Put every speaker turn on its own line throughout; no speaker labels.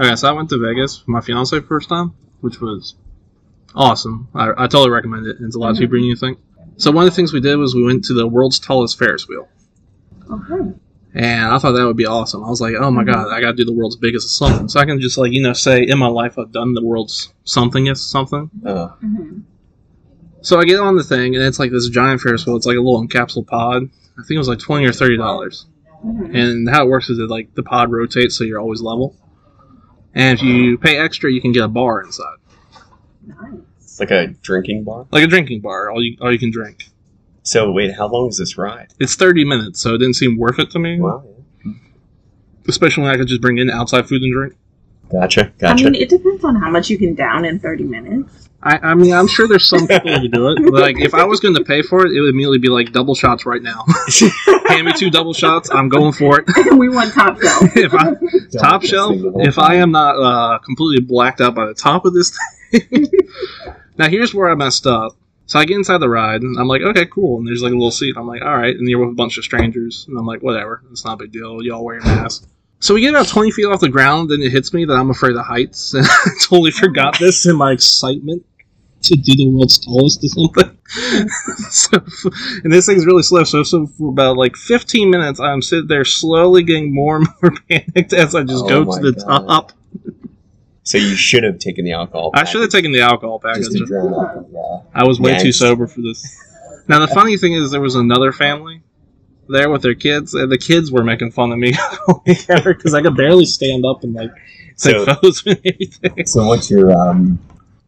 Okay, so I went to Vegas with my fiance first time, which was awesome. I, I totally recommend it. It's a lot
Mhm.
cheaper than you think. So one of the things we did was we went to the world's tallest Ferris wheel,
Okay.
and I thought that would be awesome. I was like, oh my
Mhm.
god, I got to do the world's biggest of something. So I can just like you know say in my life I've done the world's somethingest something.
Oh,
Uh,
hmm
so I get on the thing, and it's like this giant Ferris wheel. It's like a little encapsulated pod. I think it was like twenty or thirty dollars.
hmm
And how it works is that like the pod rotates, so you're always level. And if you pay extra, you can get a bar inside.
Nice.
It's like a drinking bar.
like a drinking bar. All you all you can drink.
So wait, how long is this ride?
It's thirty minutes, so it didn't seem worth it to me.
Wow.
Especially when I could just bring in outside food and drink.
Gotcha.
I
Gotcha.
mean, it depends on how much you can down in 30 minutes.
I, I mean, I'm sure there's some people who do it. But like, if I was going to pay for it, it would immediately be like double shots right now. Hand me two double shots. I'm going for it.
we want top shelf.
if I,
Don't
top
just
shelf.
leave the whole
If I am not uh, completely blacked out by the top of this thing. now here's where I messed up. So I get inside the ride and I'm like, okay, cool. And there's like a little seat. I'm like, all right. And you're with a bunch of strangers. And I'm like, whatever. It's not a big deal. Y'all wear your mask. So we get about 20 feet off the ground. Then it hits me that I'm afraid of heights. And I totally forgot this in my excitement to do the world's tallest or something. so, and this thing's really slow. So, so for about like 15 minutes, I'm sitting there slowly getting more and more panicked as I just go
Oh my
to the
God.
top.
So you should have taken the alcohol.
I should have taken the alcohol package.
just to drown out. Yeah.
I was way too
Yikes.
sober for this. Now the funny thing is, there was another family there with their kids, and the kids were making fun of me because I could barely stand up and like
So-
take photos and everything.
So what's your um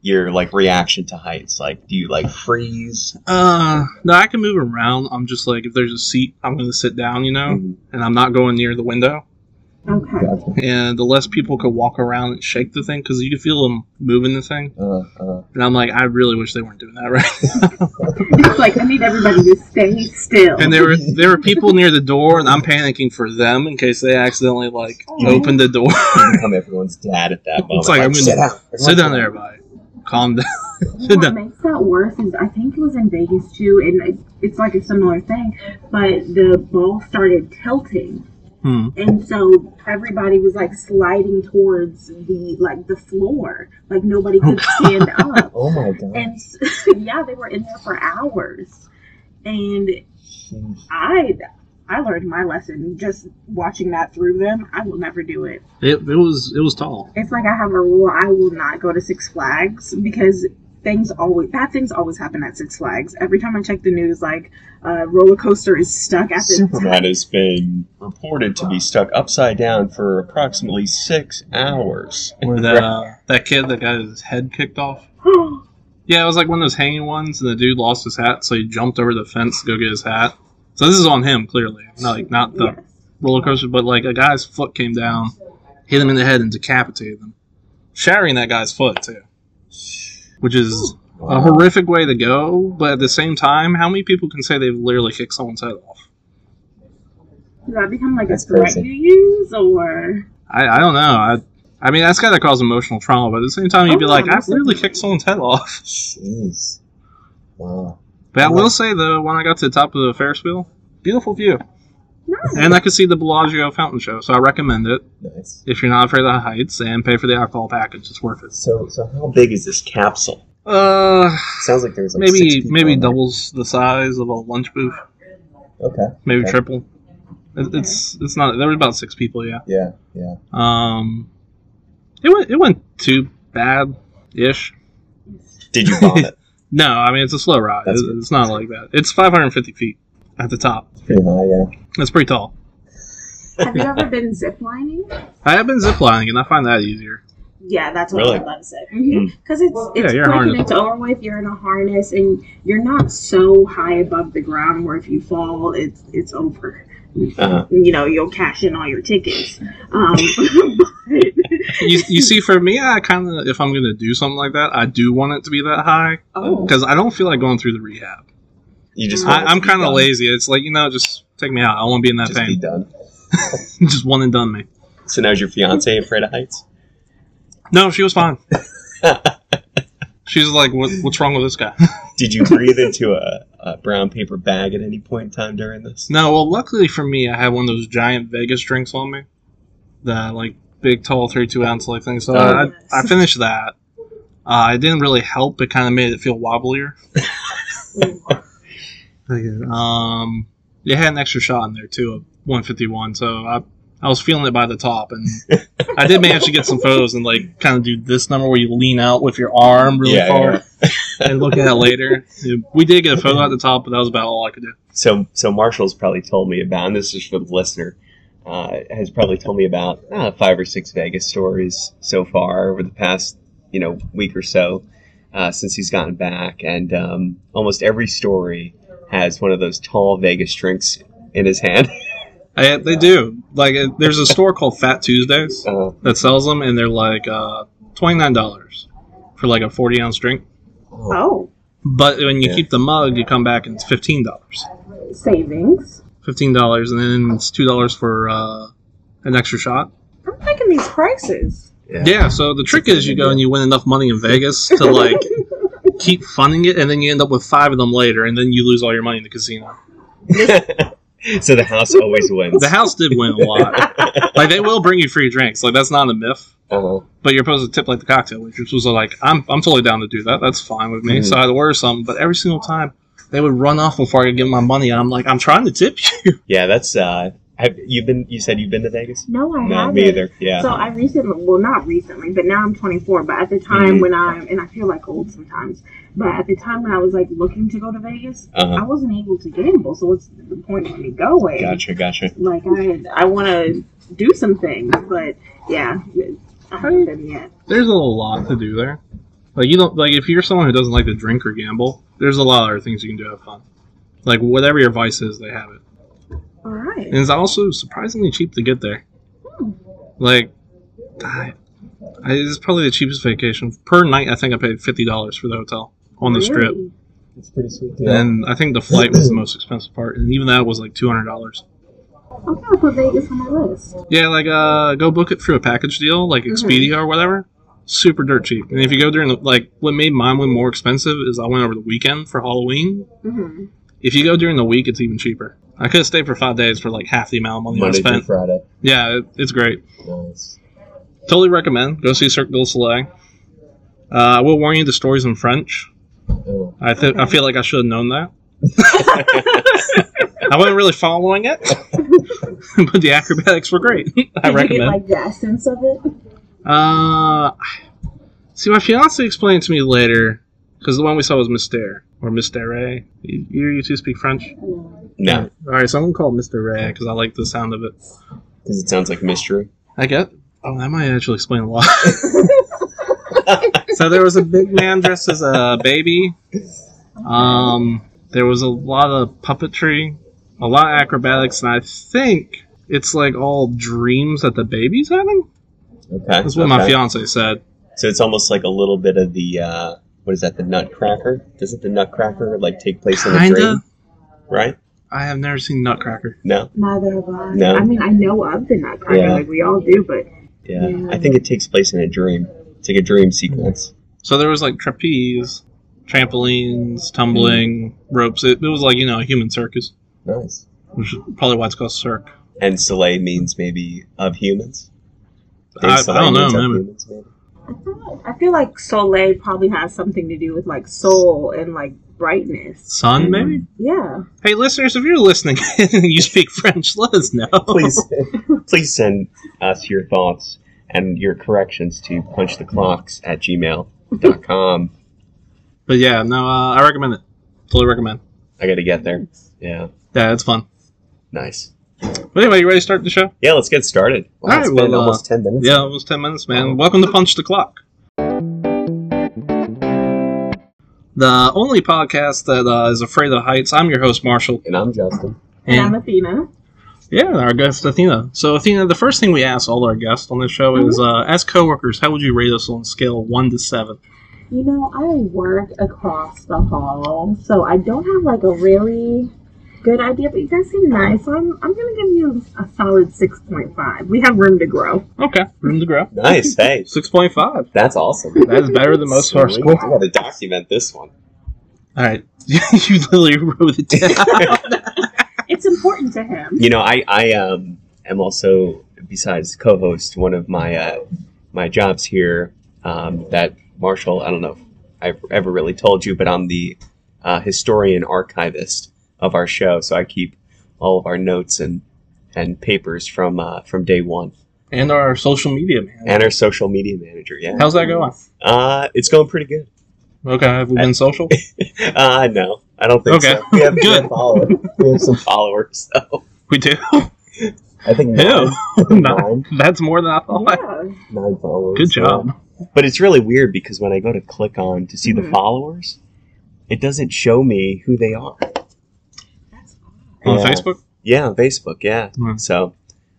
your like reaction to heights? Like, do you like freeze?
Uh, no, I can move around. I'm just like, if there's a seat, I'm going to sit down, you know,
Mhm.
and I'm not going near the window.
Okay.
Gotcha.
And the less people could walk around and shake the thing, because you could feel them moving the thing.
Uh, uh.
And I'm like, I really wish they weren't doing that right.
It's like, I need everybody to stay still.
and there were there were people near the door, and I'm panicking for them in case they accidentally like open the door.
You become everyone's dad at that moment.
like, I'm gonna-
sit down.
Sit down there, bye. Calm down.
what makes that worse is I think it was in Vegas too, and it, it's like a similar thing, but the ball started tilting,
Hmm.
and so everybody was like sliding towards the like the floor, like nobody
Oh,
could stand up,
Oh my god.
and s- yeah, they were in there for hours, and I I learned my lesson just watching that through them. I will never do it.
It, it was it was tall.
It's like I have a rule I will not go to Six Flags because things always bad things always happen at Six Flags. Every time I check the news, like uh, roller coaster is stuck at the
Superman has been reported to be stuck upside down for approximately six hours.
Where that uh, that kid that got his head kicked off. Yeah, it was like one of those hanging ones, and the dude lost his hat, so he jumped over the fence to go get his hat. So this is on him clearly, not like not the
Yes.
roller coaster, but like a guy's foot came down, hit him in the head, and decapitated him, shattering that guy's foot too, which is a horrific way to go. But at the same time, how many people can say they've literally kicked someone's head off?
Does that become like
That's
a threat
crazy.
you use or
I, I don't know. I I mean that's gotta cause emotional trauma, but at the same time you'd be
Oh,
like,
yeah,
I've really
definitely.
kicked someone's head off.
Jeez. Wow.
But I
Yeah.
will say though, when I got to the top of the Ferris wheel, beautiful view.
no?
And I could see the Bellagio fountain show, so I recommend it
Nice.
if you're not afraid of heights and pay for the alcohol package. It's worth it.
So, so how big is this capsule?
Uh,
Sounds like there's like six
maybe
people
maybe
in there.
doubles the size of a lunch booth,
Okay.
maybe
Okay.
triple. It, it's it's not. There were about six people, yeah.
Yeah. Yeah.
Um, it went it went too bad ish.
Did you vomit?
No, I mean it's a slow ride.
That's
It's,
good.
it's not like that. It's 550 feet at the top.
It's Pretty high, yeah.
That's pretty tall.
Have you ever been ziplining?
I have been ziplining, and I find that easier.
Yeah, that's what
Really? Hmm.
I loves it. Because Mm-hmm. it's
Yeah,
it's
you're
quick and
harnessed.
it's over with. You're in a harness and you're not so high above the ground where if you fall, it's it's over.
Uh-huh.
you know you'll cash in all your tickets um, but,
You, you see, for me, I kind of if I'm gonna do something like that, I do want it to be that high
oh
because I don't feel like going through the rehab.
You just.
I,
want it
I'm
to be
kind of
done.
lazy. It's like you know, just take me out. I want to be in that
Just be
pain.
done.
just one and done me.
So now's your fiance afraid of heights?
No, she was fine. She's like, what, what's wrong with this guy?
Did you breathe into a, a brown paper bag at any point in time during this?
No, well, luckily for me, I had one of those giant Vegas drinks on me that like big, tall, 32 ounce like thing. So
Oh,
I,
yes.
I finished that. Uh, it didn't really help. It kind of made it feel wobblier. Um, it had an extra shot in there too, of 151. So I, I was feeling it by the top, and I did manage to get some photos and like kind of do this number where you lean out with your arm really
Yeah,
far and look at it later. We did get a photo at the top, but that was about all I could do.
so so Marshall's probably told me about, and this is for the listener, uh, has probably told me about uh, five or six Vegas stories so far over the past you know week or so uh, since he's gotten back, and um, almost every story has one of those tall Vegas drinks in his hand.
I, Eh, they do. Like, uh, there's a store called Fat Tuesdays
Uh,
that sells them, and they're like uh, $29 for like a 40 ounce drink.
Oh,
But when you
Yeah.
keep the mug, you come back and it's $15.
oh, savings.
$15, and then it's $2 for uh, an extra shot.
I'm liking these prices.
yeah.
Yeah, so the trick is you go and you win enough money in Vegas to like keep funding it, and then you end up with five of them later, and then you lose all your money in the casino.
so the house always wins.
The house did win a lot. like, they will bring you free drinks. Like, that's not a myth.
Uh,
but you're supposed to tip like the cocktail waitress was like, I'm, I'm totally down to do that. That's fine with me.
Mhm.
So I'd order something, but every single time they would run off before I could give them my money. And I'm like, I'm trying to tip you.
yeah, that's. Uh, have you been? You said you've been to Vegas?
No, I
No,
haven't.
me either. Yeah.
So I recently, well, not recently, but now I'm 24. But at the time
Mm-hmm.
when I'm, and I feel like old sometimes, but at the time when I was like looking to go to Vegas,
Uh-huh.
I wasn't able to gamble. So what's the point of me going?
Gotcha. Gotcha.
Like I, I want to do some things, but yeah, I haven't been yet.
There's a lot to do there. Like you don't like if you're someone who doesn't like to drink or gamble, there's a lot of other things you can do to have fun. Like whatever your vice is, they have it.
All right.
And it's also surprisingly cheap to get there.
Hmm.
Like I, I, it's probably the cheapest vacation per night. I think I paid fifty dollars for the hotel on the strip.
Really?
It's pretty sweet.
And I think the flight was the most expensive part, and even that was like two hundred dollars.
I'm gonna put Vegas on my list.
Yeah, like uh, go book it through a package deal, like Expedia or whatever. Super dirt cheap. And if you go during the like, what made mine one more expensive is I went over the weekend for Halloween.
hmm
If you go during the week, it's even cheaper. I could have stayed for five days for like half the amount of money I
Monday through
spent.
Friday.
Yeah, it, it's great.
Nice.
Totally recommend. Go see Cirque du Soleil. Uh, I will warn you, the story's in French.
Oh.
I th- I
Okay.
feel like I should have known that. I wasn't really following it, but the acrobatics were great. I
Did you get
recommend.
like the essence of it?
uh, see, my fiance explained to me later because the one we saw was Mystère or Mystere. You, you two speak French?
No.
No,
All right, so I'm gonna call it Mystere because I like the sound of it.
because it sounds like mystery.
I get. Oh, that might actually explain a lot. so there was a big man dressed as a baby. Um, there was a lot of puppetry, a lot of acrobatics, and I think it's like all dreams that the baby's having.
Okay.
That's what my
okay.
fiance said.
So it's almost like a little bit of the uh, what is that? The Nutcracker? Doesn't the Nutcracker like take place in a dream?
Kinda.
Right?
I have never seen Nutcracker.
No.
Neither have I.
No.
I mean, I know of the Nutcracker,
Yeah.
like we all do, but
Yeah.
Yeah.
I think it takes place in a dream. It's like a dream sequence.
So there was like trapeze, trampolines, tumbling,
Mm-hmm.
ropes. It, it was like you know a human circus,
Nice.
which is probably why it's called cirque.
And Soleil means maybe of humans. Maybe
I, I
Soleil
don't know,
means of
man.
humans, maybe.
I thought- I feel like Soleil probably has something to do with like soul and like brightness.
Sun
Mm-hmm.
maybe.
Yeah.
Hey, listeners, if you're listening and you speak French, let us know.
Please, please send us your thoughts and your corrections to punchtheclocks at gmail.com.
But yeah, no, uh, I recommend it. Totally recommend.
I got to get there. Yeah.
Yeah, it's fun.
Nice.
But anyway, you ready to start the show?
Yeah, let's get started. Wow,
All right,
it's been
well, uh,
almost 10 minutes.
Yeah, it was 10 minutes, man. Welcome to Punch the Clock. The only podcast that uh, is afraid of heights. I'm your host, Marshall.
And I'm Justin.
And,
And
I'm Athena.
yeah, our guest, Athena. So, Athena, the first thing we ask all our guests on this show
Mm-hmm.
is uh, as coworkers, how would you rate us on a scale of 1 to 7?
You know, I work across the hall, so I don't have like a really good idea, but you guys seem nice, so I'm, I'm going to give you a solid 6.5. We have room to grow.
Okay, room to grow.
Nice. Hey,
6.5
that's awesome.
That is better than most of our
Sweet.
score.
I gotta document this one.
All right, you literally wrote it down.
It's important to him.
You know, I I um am also besides co-host, one of my uh, my jobs here. Um, that Marshall, I don't know if I've ever really told you, but I'm the uh, historian archivist of our show, so I keep all of our notes and and papers from uh, from day one,
and our social media man.
and our social media manager. Yeah,
How's that going?
uh, it's going pretty good.
Okay, have we been social?
Uh, no, I don't think
Okay.
so. We have
Good.
some followers. We have some followers, so
We do.
I think
Ew.
nine, nine,
That's more than I thought.
Yeah.
nine followers.
Good job.
yeah. But it's really weird because when I go to click on to see the
Mhm.
followers, it doesn't show me who they are.
That's
On
Yeah.
Facebook?
Yeah, on Facebook. Yeah.
Hmm.
So,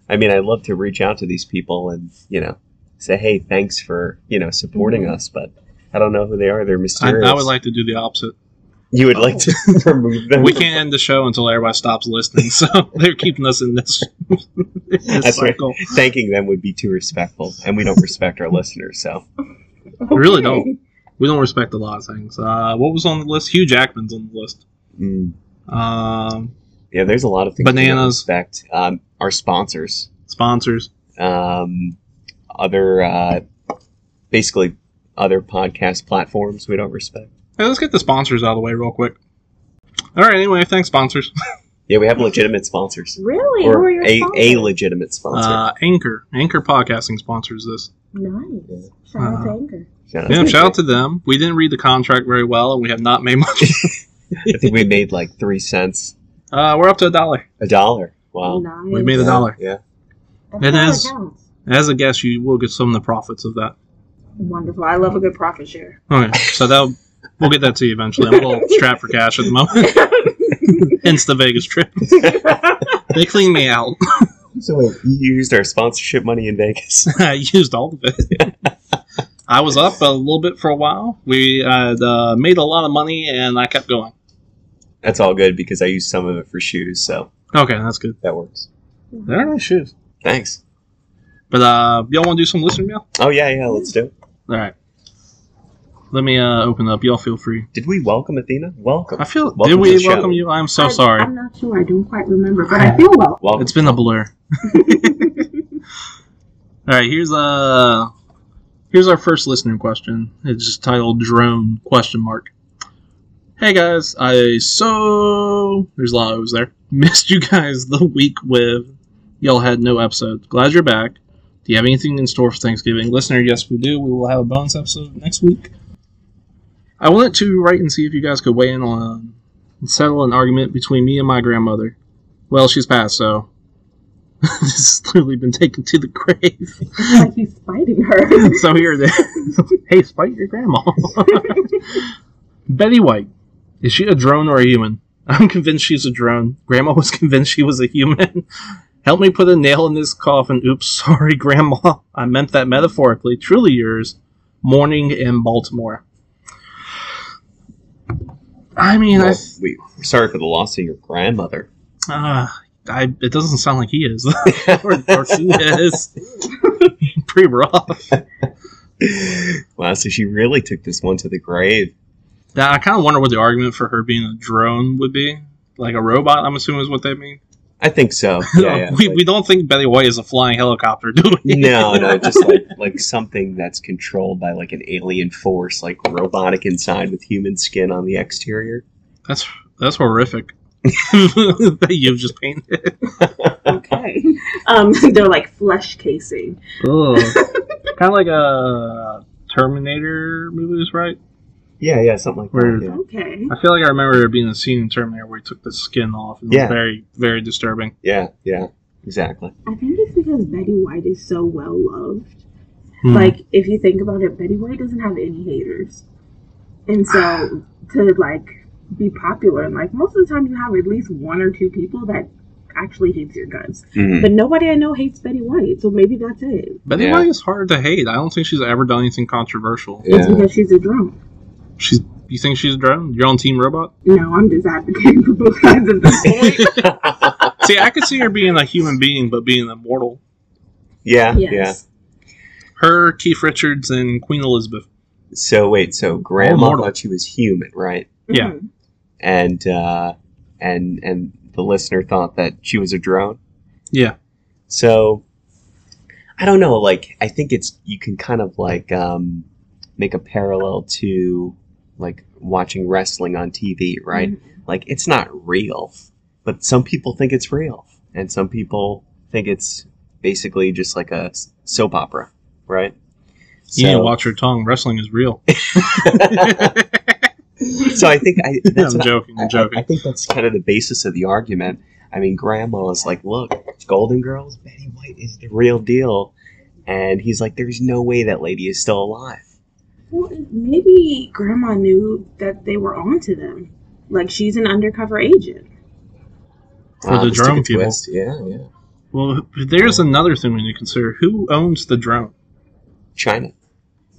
I mean, I love to reach out to these people and you know say, hey, thanks for you know supporting
Mhm.
us, but I don't know who they are. They're
I,
mysterious.
I would like to do the opposite.
you would like to remove them.
We
from-
can't end the show until everybody stops listening, so they're keeping us in this, in this
That's right.
cycle.
Thanking them would be too respectful, and we don't respect our listeners. So
awesome.
really don't. We don't respect a lot of things. Uh, what was on the list? Hugh Jackman's on the list.
mm,
Um,
yeah, there's a lot of things. we don't
Bananas.
respect um, our sponsors,
sponsors.
um, other uh, basically other podcast platforms. We don't respect.
Hey, let's get the sponsors out of the way real quick. All right. Anyway, thanks, sponsors.
Yeah, we have legitimate sponsors.
Really? Who
Or
are your
a, a
sponsors?
legitimate sponsor.
Uh, Anchor, Anchor Podcasting sponsors this.
Nice. Shout out to
Uh,
Anchor.
Shout out
Yeah,
to
shout out to them. We didn't read the contract very well, and we have not made much.
I think we made like three cents,
Uh, we're up to a dollar.
a dollar. Wow.
nice.
we made a dollar.
Yeah.
That's
It
all
is.
counts.
As a guest, you will get some of the profits of that.
Wonderful. I love a good profit share.
Okay, so that we'll get that to you eventually. I'm a little strapped for cash at the moment. Hence the Vegas trip. They cleaned me out.
So wait, you used our sponsorship money in Vegas.
I used all of it. I was up a little bit for a while. We had uh, made a lot of money, and I kept going.
That's all good because I used some of it for shoes, so
Okay, that's good.
that works.
They're nice shoes.
Thanks.
But uh, y'all want to do some listener mail?
Oh yeah, yeah. Let's do it.
All right. Let me uh, open up. Y'all feel free.
Did we welcome Athena? Welcome.
I feel.
Welcome
did
to the
we
show.
welcome you? I'm so
I-
sorry.
I'm not sure. I don't quite remember, but I feel well.
Welcome.
It's been a blur. All right, here's uh here's our first listener question. It's just titled drone question mark. Hey guys, I so there's a lot of O's there. Missed you guys the week with y'all had no episode. Glad you're back. Do you have anything in store for Thanksgiving? Listener, yes we do. We will have a bonus episode next week. I wanted to write and see if you guys could weigh in on and settle an argument between me and my grandmother. Well, she's passed, so this has literally been taken to the grave.
It's like he's fighting her.
so here it is. hey, spite your grandma. Betty White. Is she a drone or a human? I'm convinced she's a drone. Grandma was convinced she was a human. Help me put a nail in this coffin. Oops, sorry, Grandma. I meant that metaphorically. Truly yours. Morning in Baltimore. I mean, I.
Well, we, we're sorry for the loss of your grandmother.
Uh, I, it doesn't sound like he is. or, or she is. Pretty rough.
wow. So she really took this one to the grave.
Now, I kind of wonder what the argument for her being a drone would be. Like a robot, I'm assuming is what they mean.
I think so. Yeah. yeah.
we, we don't think Betty White is a flying helicopter, do we?
no, no, just like like something that's controlled by like an alien force, like robotic inside with human skin on the exterior.
That's that's horrific. that you've just painted.
okay. Um, they're like flesh casing.
kind of like a Terminator movies, right?
Yeah, yeah, something like
Weird.
that. yeah.
Okay.
I feel like I remember there being a scene in Terminator where he took the skin off. And it
Yeah.
was very, very disturbing.
Yeah, yeah, exactly.
I think it's because Betty White is so well loved.
Hmm.
Like, if you think about it, Betty White doesn't have any haters. And so, to like be popular, and like most of the time, you have at least one or two people that actually hates your guts. But nobody I know hates Betty White, so maybe that's it.
Betty
Yeah.
White is hard to hate. I don't think she's ever done anything controversial.
It's because she's a drunk.
She's. You think she's a drone? You're on Team Robot?
No, I'm just advocating for both sides of the coin.
See, I could see her being a human being, but being immortal.
yeah, yeah.
Yes.
Her, Keith Richards, and Queen Elizabeth.
So wait, so grandma
mortal.
thought she was human, right?
Yeah.
Mhm.
And uh, and and the listener thought that she was a drone.
Yeah.
So I don't know. Like, I think it's you can kind of like um, make a parallel to like watching wrestling on TV, right? Like, it's not real, but some people think it's real, and some people think it's basically just like a s- soap opera, right?
You need to
So-
watch your tongue. Wrestling is real.
so I think I, that's
I'm
what I-
joking.
I,
I'm joking.
I think that's kind of the basis of the argument. I mean, Grandma is like, look, Golden Girls, Betty White is the real deal. And he's like, there's no way that lady is still alive.
Well, maybe Grandma knew that they were onto them. Like she's an undercover agent.
For the
this took
drone
a
people.
twist. Yeah, yeah.
well, there's another thing we need to consider. Who owns the drone?
China.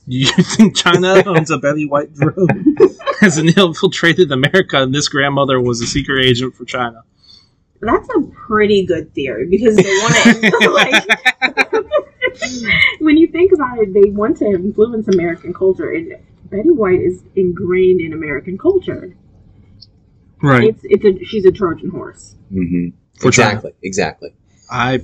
You think China owns a Betty White drone? As an infiltrated America, and this grandmother was a secret agent for China.
That's a pretty good theory because they want to like. when you think about it, they want to influence American culture, and Betty White is ingrained in American culture.
Right.
It's it's a she's a Trojan horse.
Mm-hmm.
For China.
exactly, exactly.
I,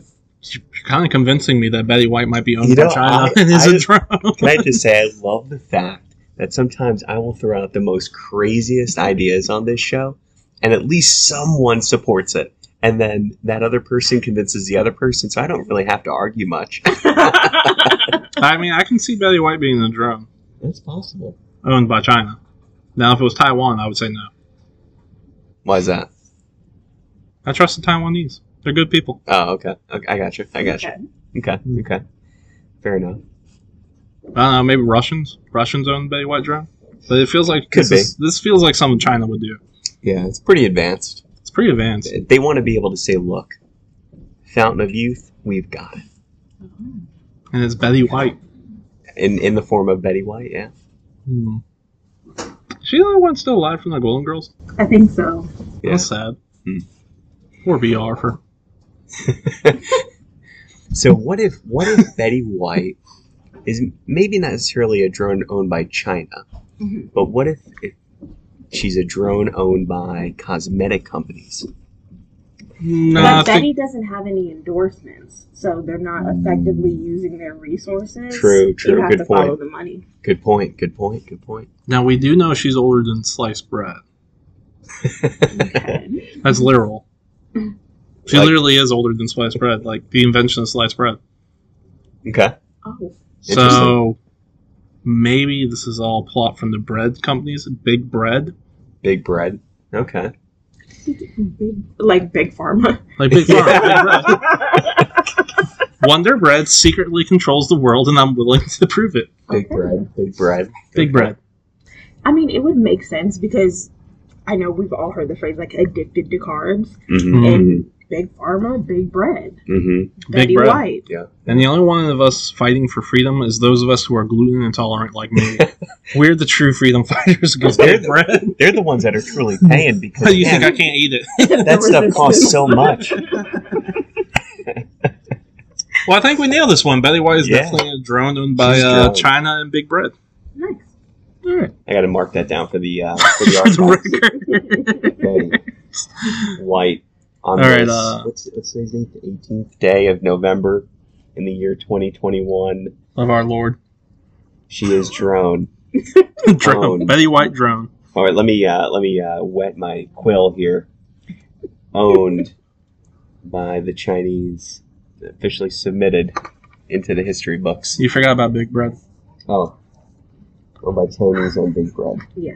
you're kind of convincing me that Betty White might be owned
You know,
by China
I-
and is a
I-
drone.
Can I just say, I love the fact that sometimes I will throw out the most craziest ideas on this show, and at least someone supports it. And then that other person convinces the other person, so I don't really have to argue much.
I mean, I can see Betty White being a drone
That's possible.
owned by China. Now, if it was Taiwan, I would say no.
Why is that?
I trust the Taiwanese. They're good people.
Oh, okay. okay I got you. I got you.
Okay.
Okay. Okay. Fair enough.
I don't know, maybe Russians. Russians own Betty White drone, but it feels like
Could
this,
be.
is- this feels like something China would do.
Yeah, it's pretty advanced.
It's pretty advanced.
They want to be able to say, "Look, Fountain of Youth, we've got it,"
And it's Betty White.
in in the form of Betty White. Yeah.
Hmm. Is she the only one still alive from the Golden Girls?
I think so.
Yeah.
That's sad.
Hmm.
Poor BR for.
So what if what if Betty White is maybe not necessarily a drone owned by China,
Mhm.
but what if, if she's a drone owned by cosmetic companies?
No, I
but
think-
Betty doesn't have any endorsements, so they're not effectively using their resources.
True, true,
You have
good
to follow
point.
the money.
Good point. Good point. Good point.
now we do know she's older than sliced bread.
Okay.
That's literal. She
Like-
literally is older than sliced bread, like the invention of sliced bread.
Okay.
oh,
So maybe this is all plot from the bread companies, Big Bread,
Big bread. Okay.
big, like big pharma.
like Big Farm, Big Bread.
okay.
Wonder Bread secretly controls the world, and I'm willing to prove it.
Big bread. Big bread.
Big Bread.
I mean, it would make sense because I know we've all heard the phrase like addicted to carbs.
Mm-hmm.
And big pharma, big bread.
Mm-hmm.
Big
Betty
Bread.
White.
And the only one of us fighting for freedom is those of us who are gluten intolerant, like me. We're the true freedom fighters because
They're
Big
the-
Bread.
They're the ones that are truly paying
How
because
do you think I
man,
can't eat it?
that stuff costs so much.
Well, I think we nailed this one. Betty White is
Yeah.
definitely a drone owned by
She's
uh,
drone.
China and Big Bread.
Nice.
All right.
I got to mark that down for the uh, for the
For the
archive.
record.
Betty White on
All right,
this,
uh,
what's, what's today's date? The 18th day of November in the year 2021.
Of our Lord.
She is drone.
drone.
Drone.
Betty White drone.
All right, let me uh, let me uh, wet my quill here. Owned by the Chinese, officially submitted into the history books.
You forgot about Big Bread.
Oh, or by Chinese on Big Bread.
Yeah.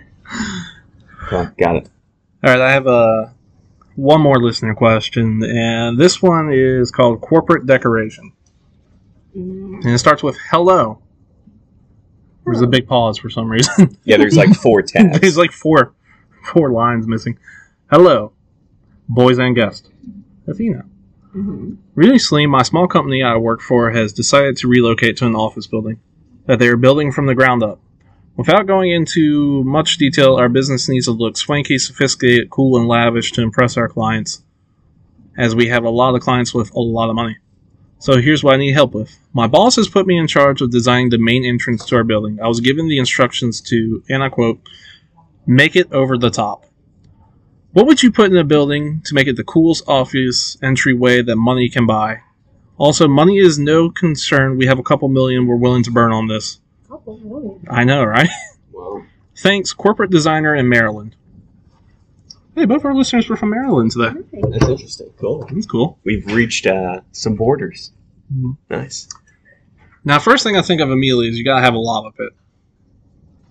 Okay, got it.
All right, I have uh, one more listener question, and this one is called Corporate Decoration.
Mm.
And it starts with hello. There's a big pause for some reason.
Yeah, there's like four
There's
tabs.
like four four lines missing. Hello, boys and guest. Athena.
Mm-hmm.
Mhm.
Recently, my small company I work for has decided to relocate to an office building that they are building from the ground up. Without going into much detail, our business needs to look swanky, sophisticated, cool, and lavish to impress our clients, as we have a lot of clients with a lot of money. So here's what I need help with. My boss has put me in charge of designing the main entrance to our building. I was given the instructions to, and I quote, make it over the top. What would you put in a building to make it the coolest, obvious entryway that money can buy? Also, money is no concern. We have a couple million we're willing to burn on this.
Couple million.
I know, right?
Wow.
Thanks, corporate designer in Maryland. Hey, both our listeners were from Maryland today.
Alright.
That's interesting. Cool.
That's cool.
We've reached uh, some borders.
Mm-hmm.
Nice.
Now, first thing I think of immediately is you gotta have a lava pit.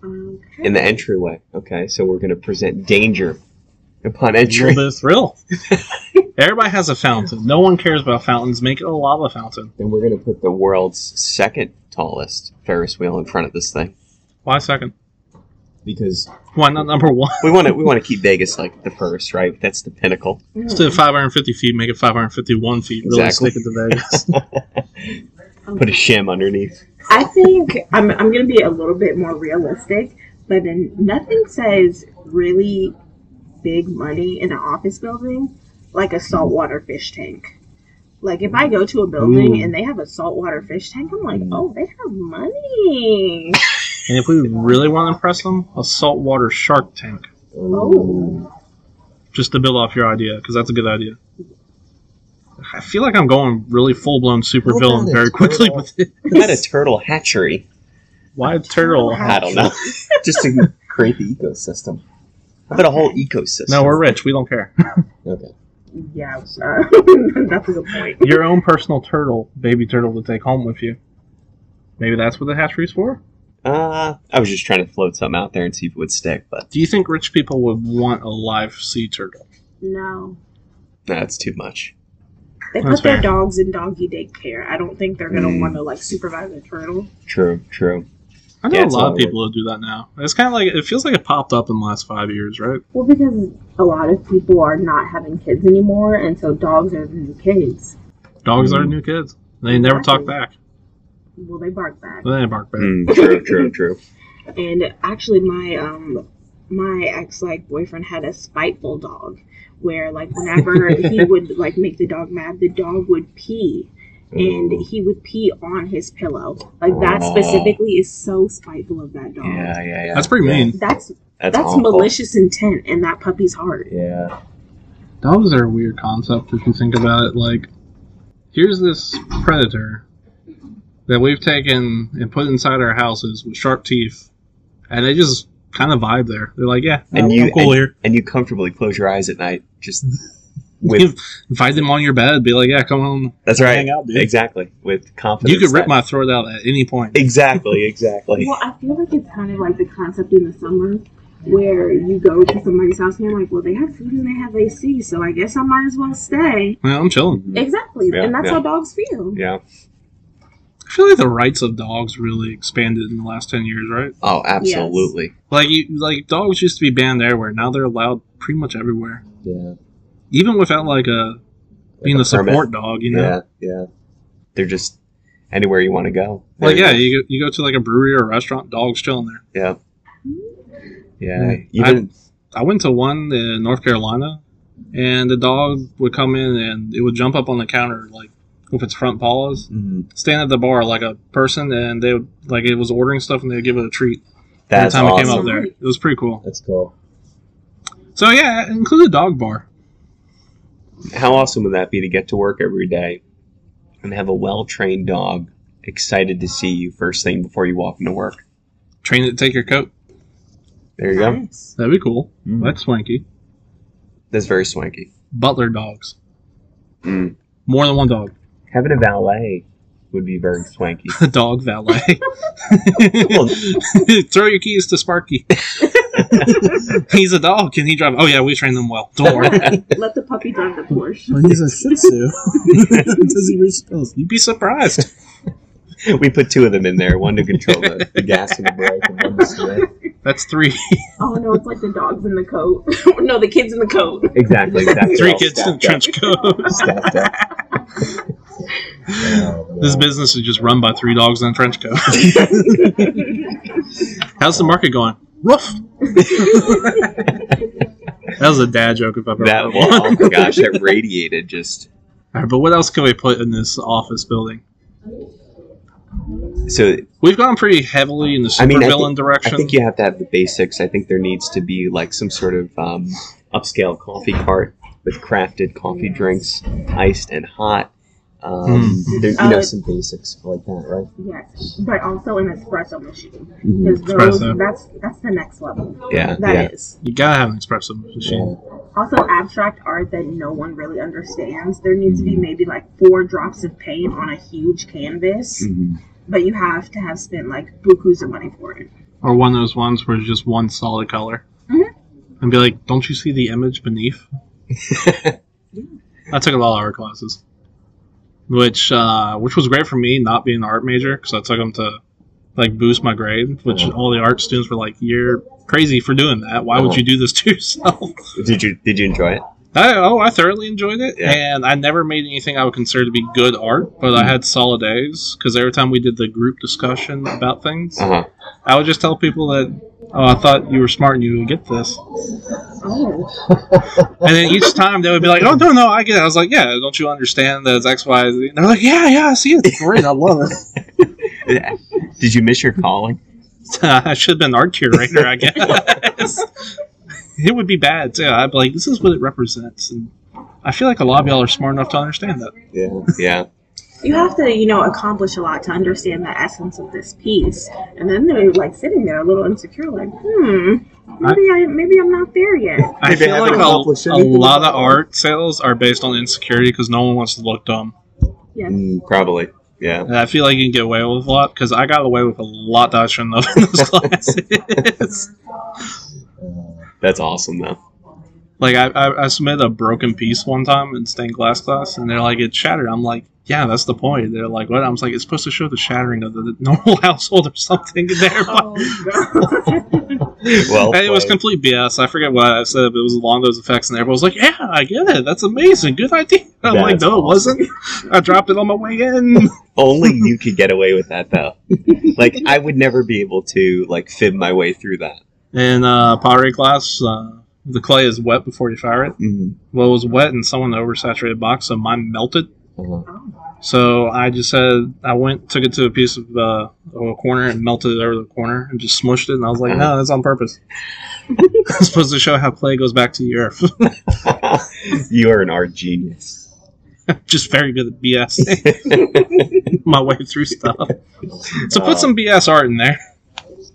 Okay.
In the entryway. Okay, so we're going to present danger upon
A little
entry.
bit of thrill. Everybody has a fountain. No one cares about fountains. Make it a lava fountain.
Then we're going to put the world's second tallest Ferris wheel in front of this thing
Why second?
because
Why not number one?
we want to we want to keep Vegas like the first, right? That's the pinnacle.
Instead of 550 feet, make it 551 feet. Really
Exactly.
stick it to Vegas.
Mm-hmm.
Put a shim underneath.
I think I'm, I'm going to be a little bit more realistic, but then nothing says really big money in an office building like a saltwater fish tank. Like if I go to a building
Ooh.
and they have a saltwater fish tank, I'm like,
Mm.
oh, they have money.
and if we really want to impress them, a saltwater shark tank.
Oh,
Just to build off your idea, because that's a good idea. I feel like I'm going really full blown super
What
villain
about a
very quickly
turtle?
with it.
Not a turtle hatchery.
Why a turtle?
I don't know. Just to create the ecosystem. How about a whole ecosystem?
No, we're rich. We don't care.
okay.
yeah, uh, that's a good point.
Your own personal turtle, baby turtle, to take home with you. Maybe that's what the hatchery's for.
Uh, I was just trying to float something out there and see if it would stick, but
Do you think rich people would want a live sea turtle?
No,
that's too much.
they
That's
put their
fair.
dogs in doggy daycare. I don't think they're going to
Mm.
want to like supervise a turtle.
True, true.
I know
Yeah,
a
it's a
lot
lot of
of people who do that now. It's kind of like it feels like it popped up in the last five years, right?
Well, because a lot of people are not having kids anymore, and so dogs are the new kids.
Dogs are
Mm.
new kids. They never talk back.
Well, they bark back.
They bark back.
Mm, true, true, true.
And actually, my um, my ex like boyfriend had a spiteful dog, where like whenever he would like make the dog mad, the dog would pee, and
Ooh.
he would pee on his pillow. Like that
Oh. Aw.
specifically is so spiteful of that dog.
Yeah, yeah, yeah.
That's pretty
Yeah.
mean.
That's
That's,
that's,
awful.
malicious intent in that puppy's heart.
Yeah.
Dogs are a weird concept if you think about it. Like, here's this predator that we've taken and put inside our houses with sharp teeth, and they just kind of vibe there. They're like, yeah,
And
I'm,
you-
I'm cool here.
And you comfortably close your eyes at night. Just
You
with
invite them on your bed, be like, yeah, come on.
that's right.
hang out, dude.
Exactly. With confidence.
You could rip
that-
my throat out at any point.
Exactly. Exactly.
Well, I feel like it's kind of like the concept in the summer where you go to somebody's house and you're like, well, they have food and they have AC, so I guess I might as well stay.
Well, I'm chilling.
Mm-hmm.
Mhm.
Exactly,
Yeah,
and that's
yeah.
how dogs feel.
Yeah.
I feel like the rights of dogs really expanded in the last ten years, right?
Oh, absolutely.
Like, you, like dogs used to be banned everywhere. Now they're allowed pretty much everywhere,
Yeah.
even without like a being a,
Like permit.
support dog. You know,
Yeah. Yeah. They're just anywhere you want to go.
like
They're-
yeah, you go, you go to like a brewery or a restaurant, dogs chilling there.
Yeah. Yeah.
Yeah.
Even
I went to one in North Carolina, and the dog would come in and it would jump up on the counter like with its front paws,
Mm,
stand at the bar like a person, and they would like it was ordering stuff and they'd give it a treat
that's
every time
awesome.
it came up there.
Right.
It was pretty cool.
That's cool.
So yeah, include a dog bar.
How awesome would that be to get to work every day and have a well trained dog excited to see you first thing before you walk into work?
Train it to take your coat.
There you go.
Nice.
That'd be cool.
Mm.
That's swanky.
That's very swanky.
Butler dogs.
Mm.
More than one dog.
Having a valet would be very swanky.
A dog valet.
Well,
Throw your keys to Sparky. He's a dog. Can he drive? Oh yeah, we train them well. Don't worry.
Let the puppy drive the Porsche.
But he's a Shih Tzu. Does he reach those? You'd be surprised.
we put two of them in there one to control the, the gas and the brake, and one to steer.
That's three.
Oh no, it's like the dogs in the coat. no, the kids in the coat.
Exactly. exactly.
three
All
kids in a
stacked up,
trench coat.
stacked up. Oh,
This
man.
business is just run by three dogs in a trench coat. How's the market going? Rough. that was a dad joke if I've ever
that
heard
well,
one.
oh my gosh, that radiated just
All right, but what else can we put in this office building?
so
We've gone pretty heavily in the
I
super
mean, I
villain
think-
direction.
I think you have to have the basics. I think there needs to be like some sort of um, upscale coffee cart with crafted coffee
Yes.
drinks, iced and hot. Um,
Hmm.
there, you
Uh,
know, some basics like that, right?
Yes, but also an espresso machine
Mhm.
because those
Espresso.
that's that's the next level.
Yeah, yeah.
Mm-hmm. That is
You gotta have an espresso machine.
also abstract art that no one really understands. There needs to be maybe like four drops of paint on a huge canvas,
Mhm.
but you have to have spent like bukus of money for it.
Or one of those ones where it's just one solid color.
Mhm.
And be like, don't you see the image beneath?
Mm-hmm.
I took a lot of art classes, which uh, which was great for me not being an art major because I took them to like boost my grade. Which
Uh-huh.
all the art students were like, "You're crazy for doing that. Why would
Uh-huh.
you do this to yourself?"
Did you did you enjoy it?
I, oh, I thoroughly enjoyed it,
Yeah.
and I never made anything I would consider to be good art, but I had solid A's because every time we did the group discussion about things,
Uh-huh.
I would just tell people that. Oh, I thought you were smart and you would get this.
Oh,
And then each time they would be like, "Oh no, no, I get it." I was like, "Yeah, don't you understand that it's X, Y, Z?" And they're like, "Yeah, yeah, I see it. It's great. I love it."
Yeah. Did you miss your calling?
I should have been art curator, I guess. it would be bad too. I'd be like, "This is what it represents," and I feel like a lot of y'all are smart enough to understand that.
Yeah. Yeah.
you have to you know accomplish a lot to understand the essence of this piece, and then they're like sitting there a little insecure, like, hmm, maybe I maybe I'm not there yet.
I
Did they
feel
ever
like
accomplish
a, a
anything?
lot of art sales are based on insecurity because no one wants to look dumb.
Yes.
Mm, probably. Yeah.
And I feel like you can get away with a lot because I got away with a lot that I shouldn't have in those classes.
That's awesome though.
like I, I, I submitted a broken piece one time in stained glass class, and they're like, "It shattered." I'm like, "Yeah, that's the point." They're like, "What?" I was like, "It's supposed to show the shattering of the, the normal household or something." in there.
Oh god.
Well,
And it was
played.
complete BS. I forget what I said, but it was along those effects, and everyone was like, "Yeah, I get it. That's amazing. Good idea." I'm like,
That's
"No, it wasn't. I dropped it on my way in."
only you could get away with that though. like I would never be able to like fib my way through that.
In uh, pottery class, uh, the clay is wet before you fire it.
Mm.
Well, it was wet in someone oversaturated box, so mine melted.
Uh-huh.
So I just said I went, took it to a piece of, uh, of a corner and melted it over the corner and just smushed it. And I was
Mm-hmm.
like, no, that's on purpose. it's supposed to show how clay goes back to the earth.
you are an art genius.
just very good at BS my way through stuff. So put some BS art in there.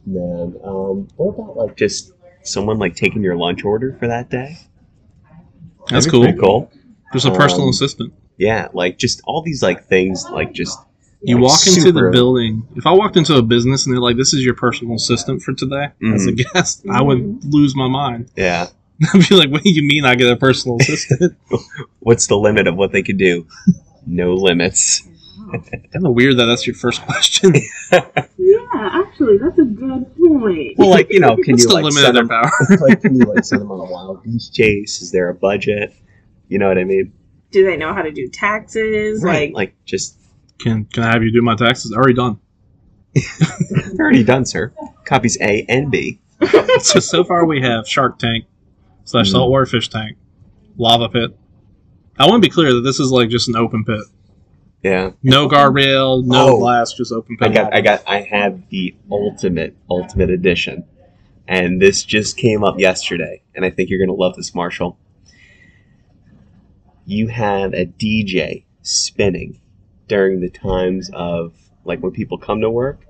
man. Um, what about like just someone like taking your lunch order for that day?
That's
That'd be
cool.
pretty cool.
There's a personal
Um,
assistant.
Yeah, like just all these like things like just
You
like,
walk into the
super-
building. If I walked into a business and they're like, "This is your personal assistant for today," as a
Mm-hmm.
guest, I would lose my mind.
Yeah.
I'd be like, "What do you mean I get a personal assistant?"
What's the limit of what they could do? no limits.
kind of weird that that's your first question.
Yeah, actually, that's a good point.
Well, like you know, can
What's
you
the
like
limit of
send
their
them?
power?
like, can you like send them on a wild goose chase? Is there a budget? You know what I mean?
Do they know how to do taxes? Like,
like just
Can Can I have you do my taxes? Already done.
already done, sir. Copies A and B.
so so far we have Shark Tank slash
Mhm.
saltwater fish tank, lava pit. I want to be clear that this is like just an open pit.
Yeah,
No guardrail, no
Oh.
glass, just open
I
pit.
got, I got, I have the ultimate, ultimate edition, and this just came up yesterday, and I think you're gonna love this, Marshall. You have a DJ spinning during the times of like when people come to work,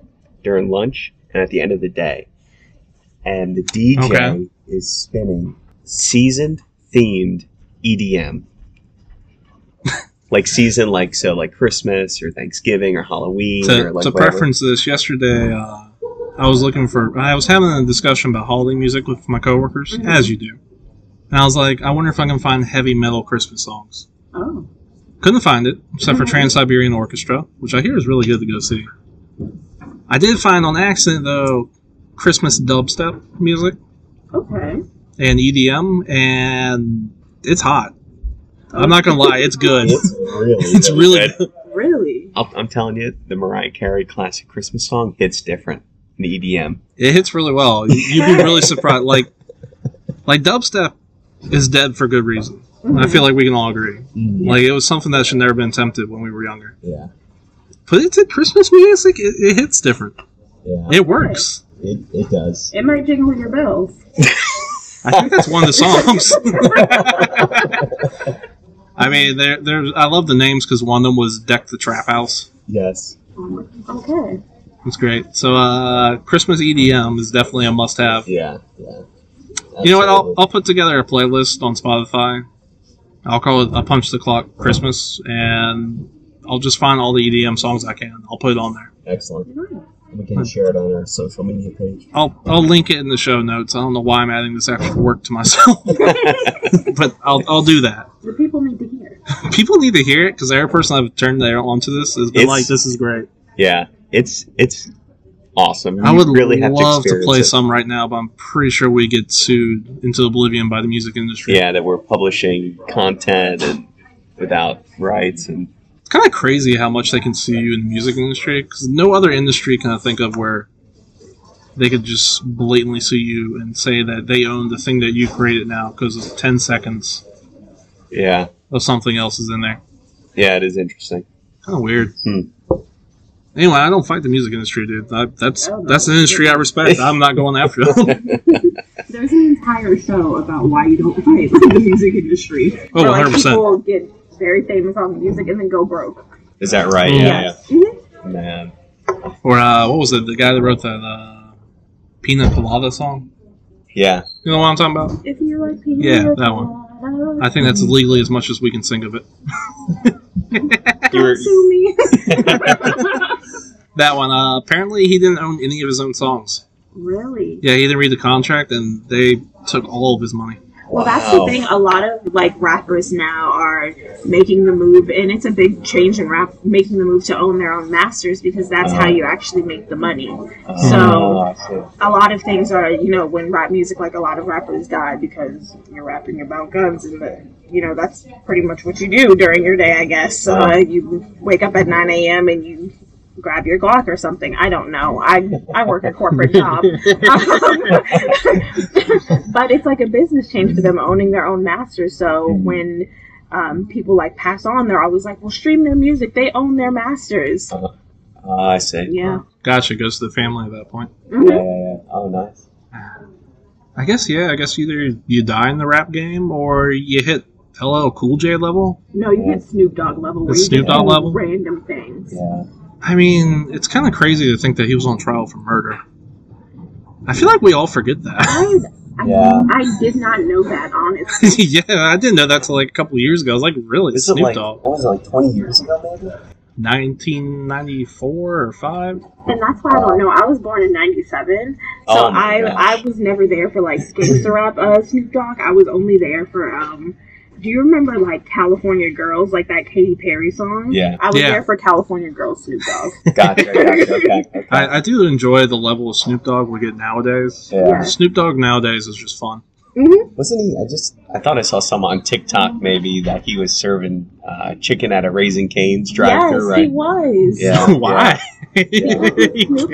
during lunch, and at the end of the day, and the DJ
Okay.
is spinning seasoned themed EDM. E Like season, like so, like Christmas or Thanksgiving or Halloween or
to,
like
to
whatever.
preference this yesterday uh, i was looking for i was having a discussion about holiday music with my coworkers
Mm-hmm.
Mhm.
as you do and i was like i wonder if i can find heavy metal christmas songs
oh,
couldn't find it except for
Mm-hmm.
trans-siberian orchestra which i hear is really good to go see i did find on accident though christmas dubstep music
okay.
and edm and it's hot i'm not gonna lie it's good
It's really,
it's really
good.
good.
Really?
I'll- I'm telling you, the Mariah Carey classic Christmas song hits different in the E EDM.
it hits really well You- you'd be really surprised like like dubstep is dead for good reason I feel like we can all agree. Like it was something that should never been attempted when we were younger.
Mm-hmm. Yeah,
But it's a Christmas music. It, it hits different.
yeah,
It works.
it, it does.
It might jingle your bells.
I think that's one of the songs. I mean, there, there's. I love the names because one of them was Deck the Trap House.
Yes.
Okay.
It's great. So uh, Christmas EDM is definitely a must-have.
Yeah. Yeah.
You know what? I'll,
Absolutely.
I'll put together a playlist on Spotify. I'll call it a Punch the Clock Christmas, and I'll just find all the EDM songs I can. I'll put it on there.
Excellent.
Nice.
We can share it on our social media page.
I'll I'll link it in the show notes. I don't know why I'm adding this extra work to myself, but I'll I'll do that.
The people need to hear.
People need to hear it because every person I've turned there onto this has been
It's-
like, "This is great."
Yeah. It's it's awesome.
I
You
would
really have
love to,
experience
play
it.
some right now, but I'm pretty sure we get sued into oblivion by the music industry.
Yeah, that we're publishing content and without rights and
It's kind of crazy how much they can sue you in the music industry because no other industry can I think of where they could just blatantly sue you and say that they own the thing that you created now because of 10 seconds
yeah,
of something else is in there.
yeah, it is interesting.
Kind of weird.
Hmm.
Anyway, I don't fight the music industry, dude. I, that's
I don't know.
that's an industry I respect. I'm not going after them.
There's an entire show about why you don't fight the music industry.
oh,
Where,
100
like,
percent.
People get very famous on music and then go broke.
Is that right?
Yeah.
Yes. Mhm.
yeah. Man.
Or uh, what was it? The guy that wrote that uh, Pina Colada song.
Yeah.
You know what I'm talking about?
If you like uh, pina
Yeah, that
one.
I think that's legally as much as we can sing of it.
You were-
sue me.
That one. Uh, apparently, he didn't own any of his own songs.
really?
Yeah, he didn't read the contract, and they took all of his money.
Well, that's the
Wow.
thing. A lot of like rappers now are making the move, and it's a big change in rap, making the move to own their own masters because that's how
Uh-huh.
you actually make the money.
Oh, I see.
A lot of things are, you know, when rap music, like a lot of rappers die because you're rapping about guns, and the, you know that's pretty much what you do during your day, I guess. So uh,
Uh-huh.
you wake up at 9 a.m. and you grab your Glock or something. I don't know. I I work a corporate job. Um, but it's like a business change for them owning their own masters. So
Mhm.
when um, people like pass on, they're always like, "Well, stream their music. They own their masters."
Oh, I see.
Yeah.
Gotcha, goes to the family at that point.
Yeah, yeah,
Mhm.
yeah. Oh, nice.
I guess yeah. I guess either you die in the rap game or you hit LL Cool J level.
No, you hit Snoop Dogg level. where
The
you
Snoop
get
Dogg
to do
level?
Random things.
Yeah.
I mean, it's kind of crazy to think that he was on trial for murder. I feel like we all forget that.
I, I,
Yeah.
I did not know that, honestly.
yeah, I didn't know that till like a couple years ago. I was like, really,
This is
Snoop
like
Dogg,
what was it like twenty years ago maybe?
1994 or five?
And that's why I don't know. I was born in 97. So
Oh my
I
gosh.
I was never there for like gangster rap uh, Snoop Dogg. I was only there for um do you remember like California Girls, like that Katy Perry song?
Yeah.
I was
Yeah.
there for California Girls Snoop Dogg.
Gotcha. gotcha okay. okay.
I, I do enjoy the level of Snoop Dogg we get nowadays.
yeah.
Snoop Dogg nowadays is just fun.
Wasn't he? I just I thought I saw some on TikTok maybe that he was serving uh, chicken at a Raisin Cane's drive
yes,
thru,
he
right?
was.
Yeah.
Why?
Snoop Dogg.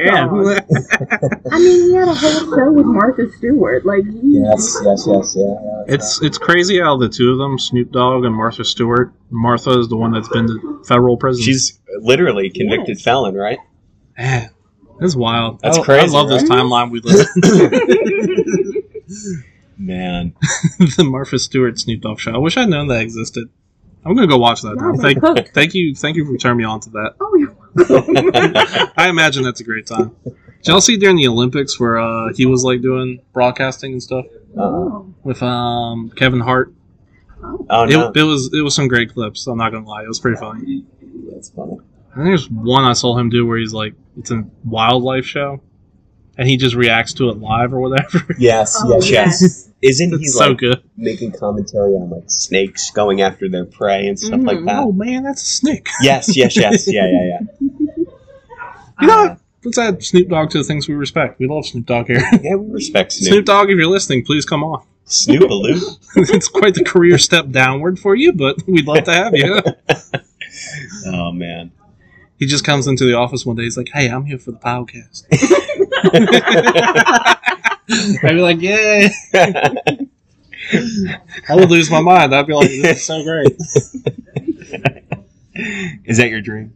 I mean, he had a whole show with Martha Stewart. Like, he,
Yes, yes, yes, yeah. yeah.
It's it's crazy how the two of them, Snoop Dogg and Martha Stewart. Martha is the one that's been to federal prison.
She's literally convicted felon, right?
Man, that's wild.
That's
I- I
crazy,
love this
right?
timeline we live
Man.
in. the Martha Stewart Snoop Dogg show. I wish I'd known that existed. I'm gonna go watch that.
Yeah,
Now.
they
Thank,
cook.
thank you, thank you for turning me on to that.
oh,
Uh-uh.
you're welcome.
I imagine that's a great time. Did y'all see during the Olympics where uh, he was like doing broadcasting and stuff
Uh,
oh,
with um, Kevin Hart?
oh.
oh no,
It, it was it was some great clips. I'm not gonna lie, it was pretty funny.
that's funny.
I think there's one I saw him do where he's like, it's a wildlife show, and he just reacts to it live or whatever.
Yes,
Oh,
yes, yes,
yes.
Isn't he
it's so
like
good.
making commentary on like snakes going after their prey and stuff like
Mhm.
that?
Oh man, that's a snake.
Yes, yes, yes, yeah, yeah, yeah.
You know,
Uh,
what? let's add Snoop Dogg to the things we respect. We love Snoop Dogg here.
Yeah, we respect
Snoop
Snoop.
Dogg, if you're listening, please come on.
Snoop Snoopaloo.
it's quite the career step downward for you, but we'd love to have you.
Oh man.
He just comes into the office one day. He's like, "Hey, I'm here for the podcast." I'd be like, "Yeah." I would lose my mind. I'd be like, "This is so great."
Is that your dream?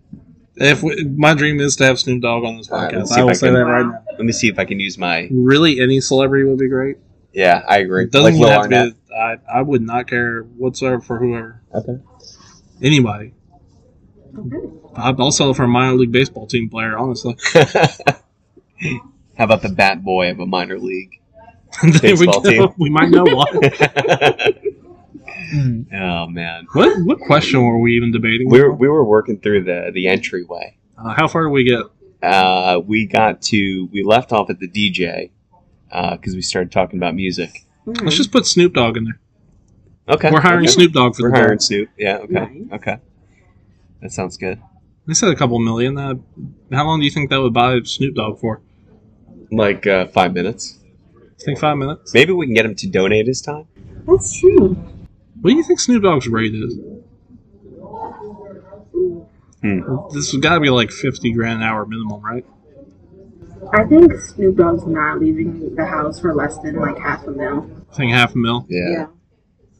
If we, my dream is to have Snoop Dogg on this
All right,
podcast,
let's see
I
if
will
I
say
can-
that right now.
Let me see if I can use my
Really, any celebrity would be great.
Yeah, I agree.
It doesn't
like Will
even have
Arnett.
to be. I, I would not care whatsoever for whoever,
Okay.
anybody.
Okay.
I- I'll sell for a minor league baseball team player, honestly.
How about the bat boy of a minor league?
there we
Baseball
go.
team.
We might know one.
oh man,
what what question were we even debating?
we were we were working through the the entryway.
uh, how far do we get?
Uh, we got to we left off at the DJ because we started talking about music.
Let's just put Snoop Dogg in there.
Okay,
We're hiring
okay.
Snoop Dogg for
We're
the
hiring
hiring.
Snoop. Yeah. Okay.
Nice.
Okay. That sounds good.
They said a couple million. Uh, how long do you think that would buy Snoop Dogg for?
Like uh, five minutes.
I think five minutes.
Maybe we can get him to donate his time.
That's true.
What do you think Snoop Dogg's rate is?
Hmm.
This has got to be like fifty grand an hour minimum, right?
I think Snoop Dogg's not leaving the house for less than like half a mil.
I think half a mil.
Yeah.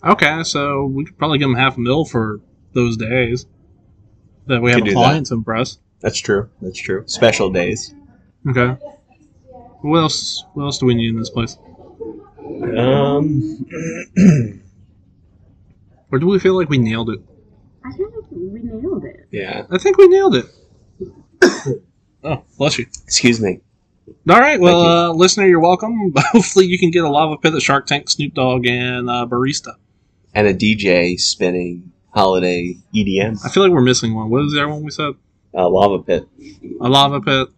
Okay, so we could probably give him half a mil for those days that we
Could
have
do
a
that.
client to impress.
That's true. That's true. Special days.
Okay. What else? What else do we need in this place?
Um.
Or do we feel like we nailed it?
I feel like we nailed it.
yeah.
I think we nailed it. oh, bless you.
Excuse me.
All right, well,
Thank
uh, listener, you're welcome. Hopefully, you can get a lava pit at Shark Tank, Snoop Dogg, and uh, Barista.
And a DJ spinning holiday EDM.
I feel like we're missing one. What is the other one we said?
Uh, lava pit.
A lava pit.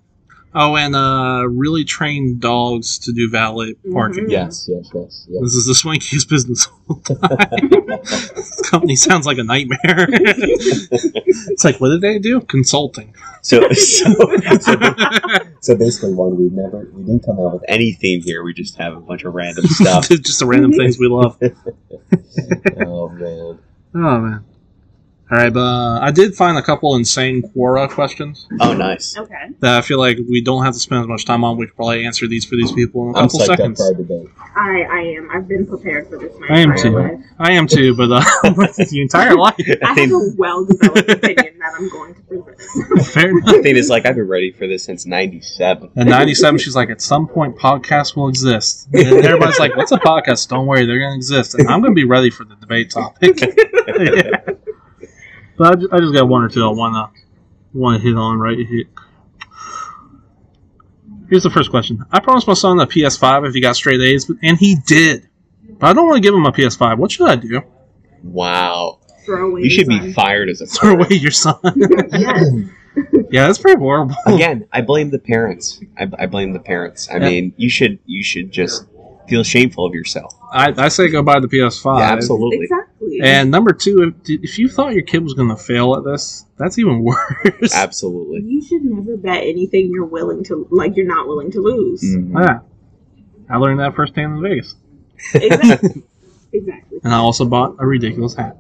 Oh, and uh, really train dogs to do valet parking.
Mhm. Yes,
Yes. Yes. Yes.
This is the swankiest business of all time. this company sounds like a nightmare. it's like, what did they do? Consulting.
So. So. so
It's
So basically, one we never we didn't come out with any theme here. We just have a bunch of random stuff.
just the random things we love.
oh man!
Oh man. All right, but uh, I did find a couple insane Quora questions
Oh nice!
Okay.
that I feel like we don't have to spend as much time on. We could probably answer these for these people in a
I'm
couple
psyched up
seconds.
for our debate.
I I am. I've been prepared for this my
I am
entire
too.
life.
I am too, but uh, the entire life.
I
I
have
think
a well developed opinion that I'm going to present.
Fair enough.
is like I've been ready for this since '97.
At 97, she's like, at some point, podcasts will exist. And everybody's like, what's a podcast? Don't worry, they're going to exist. And I'm going to be ready for the debate topic. yeah. But I just, I just got one or two I want to want to hit on right here. Here's the first question. I promised my son a PS5 if he got straight A's, but, and he did. But I don't want to give him a PS5. What should I do?
Wow!
Throw away
You should
the
be
sign.
fired as a
Throw
parent.
away your son?
Yes.
yeah, that's pretty horrible.
Again, I blame the parents. I, I blame the parents. I
Yeah.
mean, you should you should just feel shameful of yourself.
I, I say go buy the PS5.
Yeah, absolutely.
Exactly.
And number two, if, if you thought your kid was going to fail at this, that's even worse.
Absolutely.
you should never bet anything you're willing to like you're not willing to lose.
Mhm.
Yeah. I learned that firsthand in Vegas.
Exactly. exactly.
And I also bought a ridiculous hat.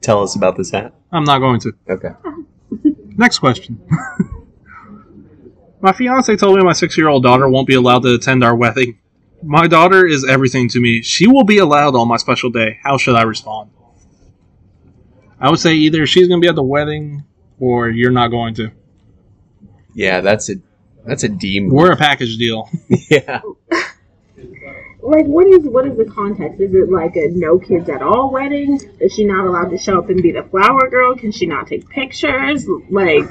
Tell us about this hat.
I'm not going to.
Okay.
Next question. my fiance told me my six year old daughter won't be allowed to attend our wedding. My daughter is everything to me. She will be allowed on my special day. How should I respond? I would say either she's going to be at the wedding or you're not going to.
Yeah, that's a that's a D move.
We're a package deal.
Yeah.
Like what is what is the context? Is it like a no kids at all wedding? Is she not allowed to show up and be the flower girl? Can she not take pictures? Like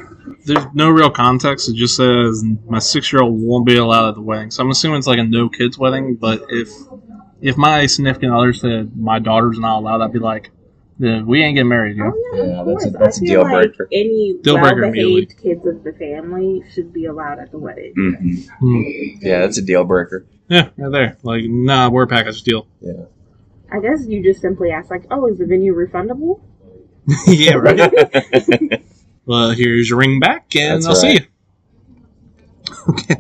there's no real context. It just says my six year old won't be allowed at the wedding. So I'm assuming it's like a no kids wedding. But if if my significant other said my daughter's not allowed, I'd be like, "Then we ain't getting married. Yeah.
oh, yeah,
Yeah,
of
that's a-
course.
that's a
I feel
deal
like
breaker.
Any
Deal
well
breaker immediately.
behaved kids of the family should be allowed at the wedding.
Mhm.
Hmm.
Yeah, that's a deal breaker.
Yeah, right there. Like, nah, we're a package deal.
I guess you just simply ask like, Oh, is the venue refundable?
yeah, right. Well, here's your ring back, and
That's
I'll see
right.
you. Okay.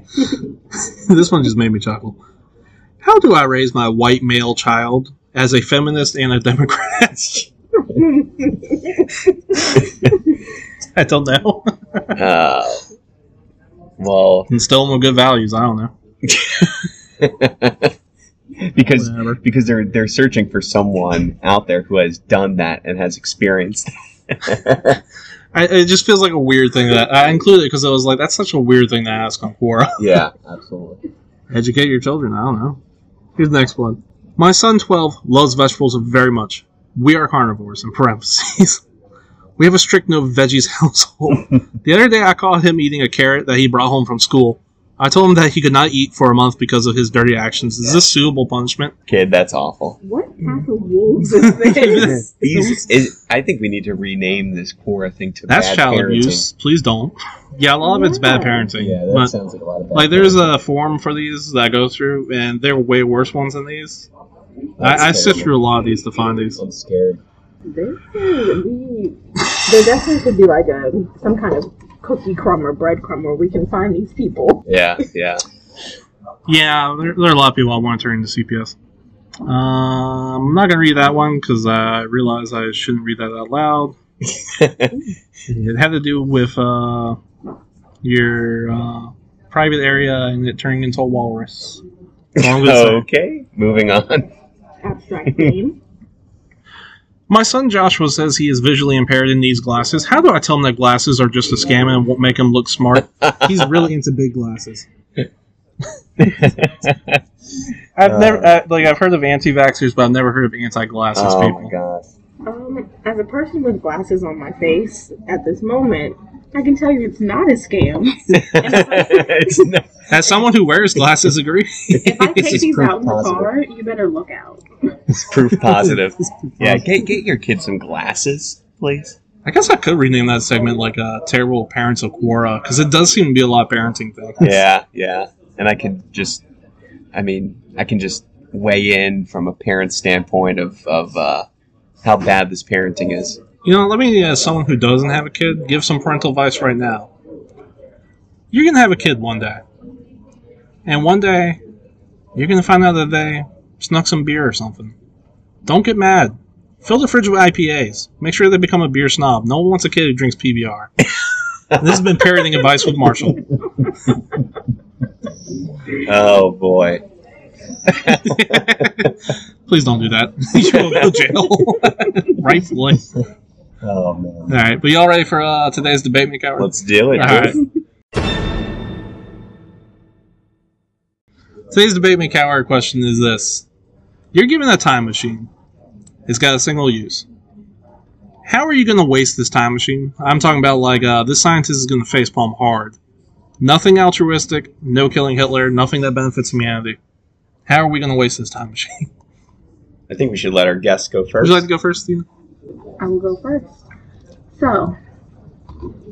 this one just made me chuckle. How do I raise my white male child as a feminist and a Democrat? I don't know.
Uh, well,
Instill them with good values. I don't know.
because
Whatever.
because they're they're searching for someone out there who has done that and has experienced. that.
I, it just feels like a weird thing that I included because I was like, that's such a weird thing to ask on Quora.
yeah, absolutely.
Educate your children. I don't know. Here's the next one. My son, 12, loves vegetables very much. We are carnivores, in parentheses. We have a strict no veggies household. the other day, I caught him eating a carrot that he brought home from school. I told him that he could not eat for a month because of his dirty actions. Is this suitable punishment?
Kid, that's awful.
What type of wolves is this?
These, is, I think we need to rename this Quora thing to
That's
bad
child
parenting.
abuse. Please don't. Yeah, a lot of it's bad
Yeah.
parenting.
Yeah, that
but-
sounds like a lot of bad
like there's
parenting.
a forum for these that I go through, and they're way worse ones than these.
That's
I, I sift
terrible.
through a lot of these to find these.
I'm scared.
This could be. There definitely could be like a some kind of cookie crumb or breadcrumb where we can find these people.
Yeah, yeah.
Yeah, there, there are a lot of people I want to turn into CPS. Um, I'm not gonna read that one because I realize I shouldn't read that out loud. it had to do with uh, your uh, private area and it turning into a walrus. That's all I'm
Oh,
gonna say.
okay, moving on.
Abstract name.
My son Joshua says he is visually impaired and needs glasses. How do I tell him that glasses are just a scam and won't make him look smart? He's really into big glasses. I've
Uh.
never uh, like I've heard of anti-vaxxers, but I've never heard of anti-glasses
oh
people.
my god.
Um, as a person with glasses on my face at this moment, I can tell you it's not a scam.
It's not-
As someone who wears glasses, agree.
If I
This
take
is
these
proof
out in the
positive.
car, you better look out.
It's proof positive. Yeah, get get your kid some glasses, please.
I guess I could rename that segment like uh, "Terrible Parents of Quora" because it does seem to be a lot of parenting thing.
Yeah, yeah. And I could just, I mean, I can just weigh in from a parent standpoint of of uh, how bad this parenting is.
You know, let me, as someone who doesn't have a kid, give some parental advice right now. You're going to have a kid one day. And one day, you're going to find out that they snuck some beer or something. Don't get mad. Fill the fridge with IPAs. Make sure they become a beer snob. No one wants a kid who drinks PBR. And this has been parenting advice with Marshall.
Oh boy.
Please don't do that. you will go to jail. Rightfully.
Oh man.
All right, but y'all ready for uh, today's debate makeover?
Let's do it.
All right. Today's debate make hour question is this: You're given a time machine. It's got a single use. How are you going to waste this time machine? I'm talking about like uh, this scientist is going to facepalm hard. Nothing altruistic. No killing Hitler. Nothing that benefits humanity. How are we going to waste this time machine?
I think we should let our guests go
Would
first.
you like to go first, Steve?
I will go first. So,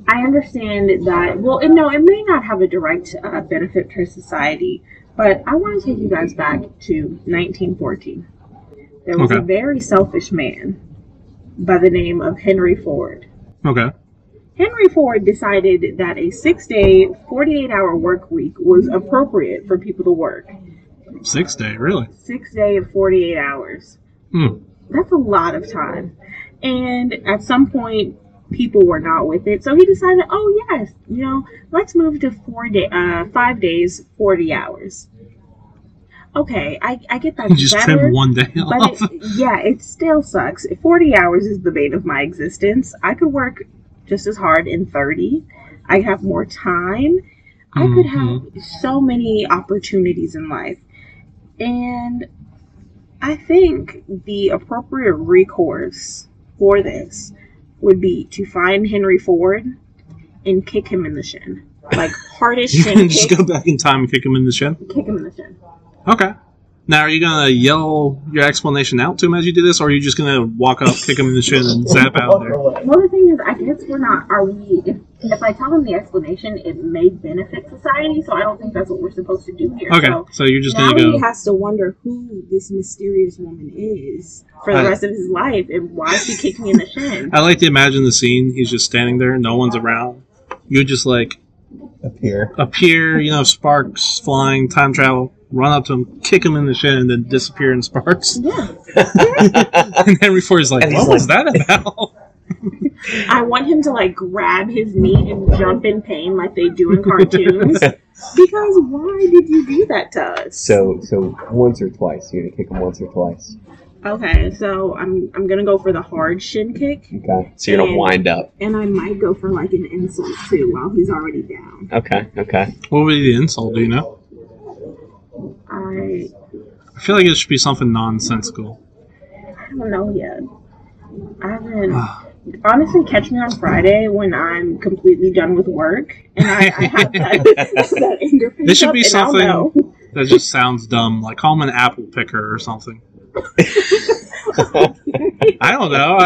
I understand that, well, and no, it may not have a direct uh, benefit to society, but I want to take you guys back to 1914. There was a
Okay.
very selfish man by the name of Henry Ford.
Okay.
Henry Ford decided that a six day, 48 hour work week was appropriate for people to work.
Six day, really?
Six day of 48 hours.
Hmm.
That's a lot of time. And at some point, people were not with it. So he decided, oh, yes, you know, let's move to four day, uh, five days, 40 hours. Okay, I, I get that.
You just
better.
trim one day
But
off.
it, yeah, it still sucks. 40 hours is the bane of my existence. I could work just as hard in 30. I have more time. I could
Mm-hmm.
have so many opportunities in life. And I think the appropriate recourse for this would be to find Henry Ford and kick him in the shin. Like, hardest
You
shin
can just
kick,
go back in time and kick him in the shin.
kick him in the shin.
Okay. Now, are you gonna yell your explanation out to him as you do this, or are you just gonna walk up, kick him in the shin, and zap out of there?
Well, the thing is, I guess we're not. Are we? If, if I tell him the explanation, it may benefit society. So I don't think that's what we're supposed to do here.
Okay,
So
so you're just
now
gonna
he
go.
has to wonder who this mysterious woman is for the
I-
rest of his life and why is she kicking in the shin?
I like to imagine the scene. He's just standing there, no one's around. You just like
Up here.
appear, you know, sparks flying, time travel, run up to him, kick him in the shin, and then disappear in sparks.
Yeah,
And Henry Ford's like,
And he's
"What was that about?"
I want him to like grab his knee and jump in pain like they do in cartoons. because why did you do that to us?
So so once or twice. You're gonna kick him once or twice.
okay, so I'm I'm gonna go for the hard shin kick,
Okay. So you're gonna
And-
wind up.
and I might go for like an insult too while he's already down.
Okay. Okay.
What would be the insult? Do you know?
I
I feel like it should be something nonsensical.
I don't know yet. I haven't.
Ah.
Honestly, catch me on Friday when I'm completely done with work and I, I have that, that anger.
This should
pent
be
up, and I'll
something-
know.
that just sounds dumb. Like call him an apple picker or something. I don't know.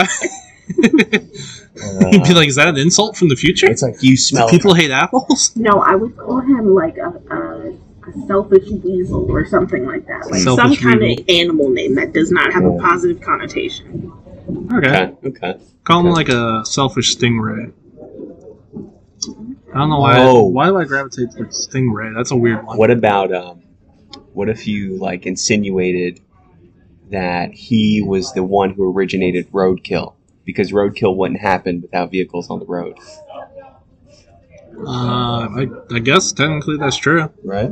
You'd be like, is that an insult from the future?
It's like you
Do
smell it.
people hate apples?
No, I would call him like a, a, a selfish weasel or something like that. Like some
Selfish
kind
weasel.
of animal name that does not have a
Yeah.
positive connotation.
Okay.
Okay. Okay.
Call him like a selfish stingray. I don't know why.
Whoa.
Why do I gravitate towards stingray? That's a weird one.
What about um? What if you like insinuated that he was the one who originated roadkill because roadkill wouldn't happen without vehicles on the road.
Uh, I, I guess technically that's true.
Right?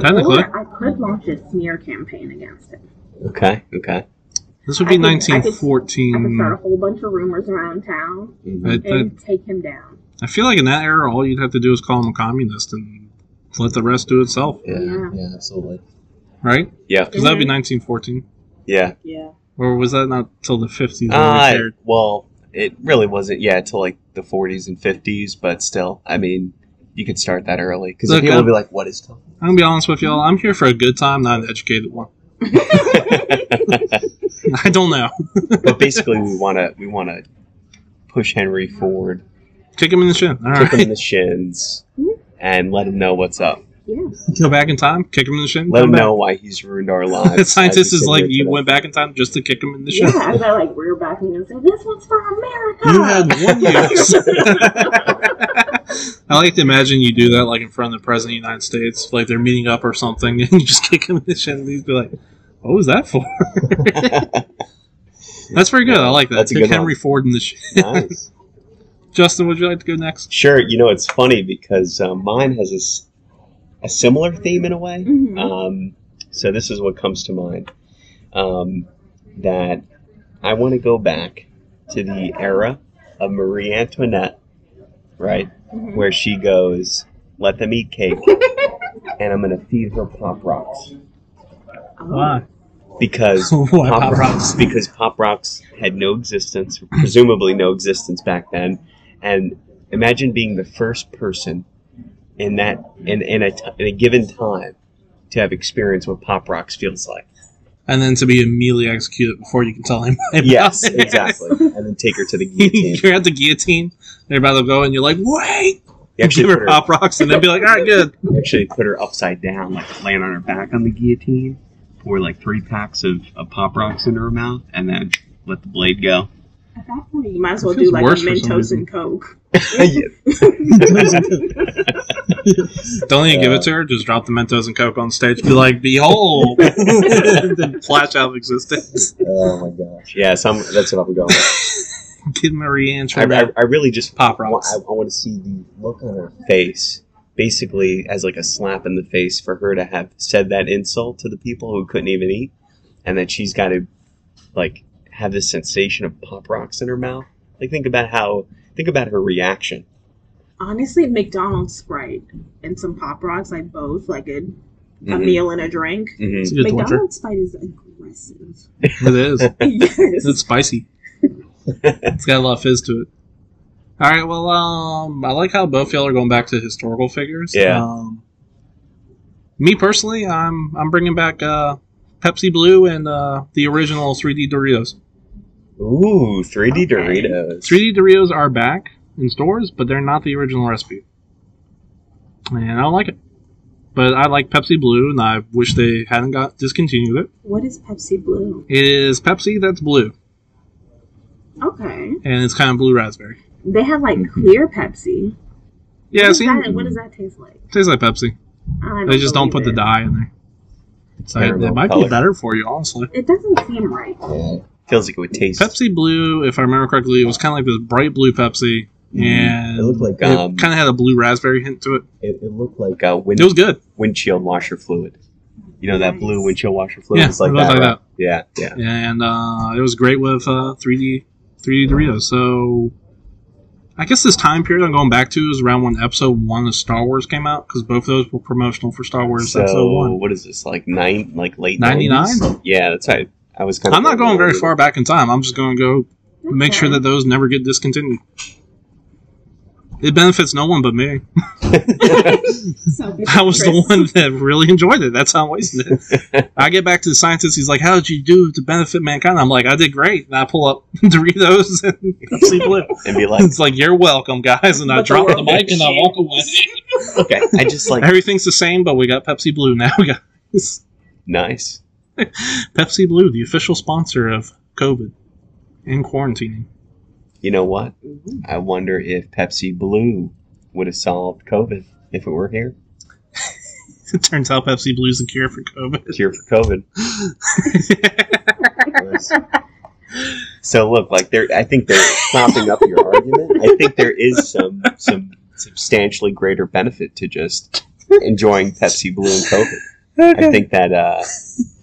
Technically,
Or I could launch a smear campaign against him.
Okay. Okay.
this would be
I could- I could- I could
1914.
start a whole bunch of rumors around town
Mhm.
I, I,
and take him down.
I feel like in that era, all you'd have to do is call him a communist and let the rest do itself,
Yeah.
Yeah, absolutely.
right?
Yeah.
Because that'd be 1914.
Yeah.
Yeah.
Or was that not till the 50s? when we
Uh,
cared?
well, it really wasn't. Yeah, till like the 40s and 50s, but still, I mean, you could start that early because
Look,
people would
um,
I'm-
be like, "What is tough?"
I'm gonna be honest with y'all. I'm here for a good time, not an educated one. I don't know.
but basically, we want to we want to push Henry forward,
Kick him in the shin. All
kick him in
right.
the shins,
Mhm.
and let him know what's up.
Yeah.
Go back in time. Kick him in the shin.
Let
come
him
back.
know why he's ruined our lives.
The
as
scientist
we
is
sit
like,
here
you
today."
went back in time just to kick him in the
Yeah,
shin.
as I like rear back and say, "This one's for America."
You had one year. I like to imagine you do that, like in front of the president of the United States, like they're meeting up or something, and you just kick him in the shin, and he'd be like, "What was that for?" That's pretty good. I like that.
That's a
Kick
good one.
Henry Ford in the shin.
Nice.
Justin, would you like to go next?
Sure, you know it's funny because uh, mine has a s- a similar theme in a way.
Mhm.
Oh,
Um, so this is what comes to mind. Um, that I want to go back to the era of Marie Antoinette, right?
Mhm.
Where she goes, let them eat cake, and I'm going to feed her Pop Rocks.
Oh,
Why?
Because
Why Pop Rocks?
Because Pop Rocks had no existence, presumably no existence back then. And imagine being the first person in that in, in, a, t- in a given time to have experienced what Pop Rocks feels like.
And then to be immediately executed before you can tell him. about
Yes,
it.
exactly. And then take her to the guillotine.
you're at the guillotine. They're about to go, and you're like, "Wait!"
You actually,
give her
put her,
Pop Rocks, and they'd be like, "All right, good."
you actually put her upside down, like laying on her back on the guillotine, pour like three packs of, of Pop Rocks into her mouth, and then let the blade go.
At that point, you might as well
It feels
do like a
worse for some
Mentos
reason.
and Coke.
Don't even give it to her. Just drop the Mentos and Coke on stage. Be like, behold, Then flash out of existence.
Oh my gosh.
yeah, so I'm- that's what I'm going with.
Kid Marie
I,
Antoinette.
I, I really just
Pop
wa-
Rocks.
I, I want to see the
Look on her.
face basically as like a slap in the face for her to have said that insult to the people who couldn't even eat and that she's got to like have this sensation of pop rocks in her mouth like think about how think about her reaction
Honestly, McDonald's Sprite and some Pop Rocks, like both, like a, a
Mhm.
meal and a drink.
Mhm.
It's a good torture.
McDonald's Sprite is aggressive.
It is.
yes.
It's spicy. It's got a lot of fizz to it. All right. Well, um, I like how both y'all are going back to historical figures.
Yeah.
Um, me personally, I'm I'm bringing back uh, Pepsi Blue and uh, the original 3D Doritos.
ooh 3d
Okay.
doritos
3D Doritos are back in stores, but they're not the original recipe. And I don't like it. But I like Pepsi Blue, and I wish they hadn't got discontinued it.
What is Pepsi Blue?
It is Pepsi that's blue,
Okay.
and it's kind of blue raspberry.
They have like clear Pepsi.
Mm-hmm. Yeah,
what,
it
does
seems,
that, what does that taste like?
tastes like Pepsi.
I
They just don't put the
believe it.
dye in there. So it,
Caramel
it might
color.
be better for you, honestly.
It doesn't seem right.
Yeah.
feels like it would taste
Pepsi Blue, if I remember correctly, it was kind of like this bright blue Pepsi,
Mm-hmm.
and
It
it,
looked like
Yeah.
it,
um,
kind of had a blue raspberry hint to it.
it looked like
like uh, wind,
It was good.
windshield washer fluid you know that blue
Nice.
windshield washer fluid
Yeah,
it's like
it looks
that,
like
right?
that.
yeah yeah
and uh, it was great with uh, 3D 3D Doritos. So I guess this time period I'm going back to is around when Episode One of Star Wars came out because both those were promotional for Star Wars Episode
so
One.
what is this like nine like late
99?
90s? Yeah, that's right. I was kind of.
I'm not going very far back in time. I'm just going to go make sure
Okay.
that those never get discontinued. It benefits no one but me.
So big
I was the
Chris.
one that really enjoyed it. That's how I wasted it. I get back to the scientist. He's like, "How did you do to benefit mankind?" I'm like, "I did great." And I pull up Doritos and Pepsi Blue.
and be like,
It's like, "You're welcome, guys." And I
But the
drop the
world
mic and I walk away.
okay, I just like
Everything's the same, but we got Pepsi Blue now, guys.
nice.
Pepsi Blue, the official sponsor of COVID and quarantining.
You know what?
Mhm.
I wonder if Pepsi Blue would have solved COVID if it were here.
It turns out Pepsi Blue's the cure for COVID.
Cure for COVID. So look, like they're I think they're propping up your argument. I think there is some some substantially greater benefit to just enjoying Pepsi Blue and COVID. I think that uh,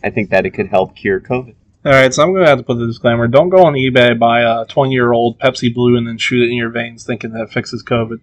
I think that it could help cure COVID.
All right, so I'm going to have to put the disclaimer. Don't go on eBay, buy a 20 year old Pepsi Blue, and then shoot it in your veins thinking that fixes COVID.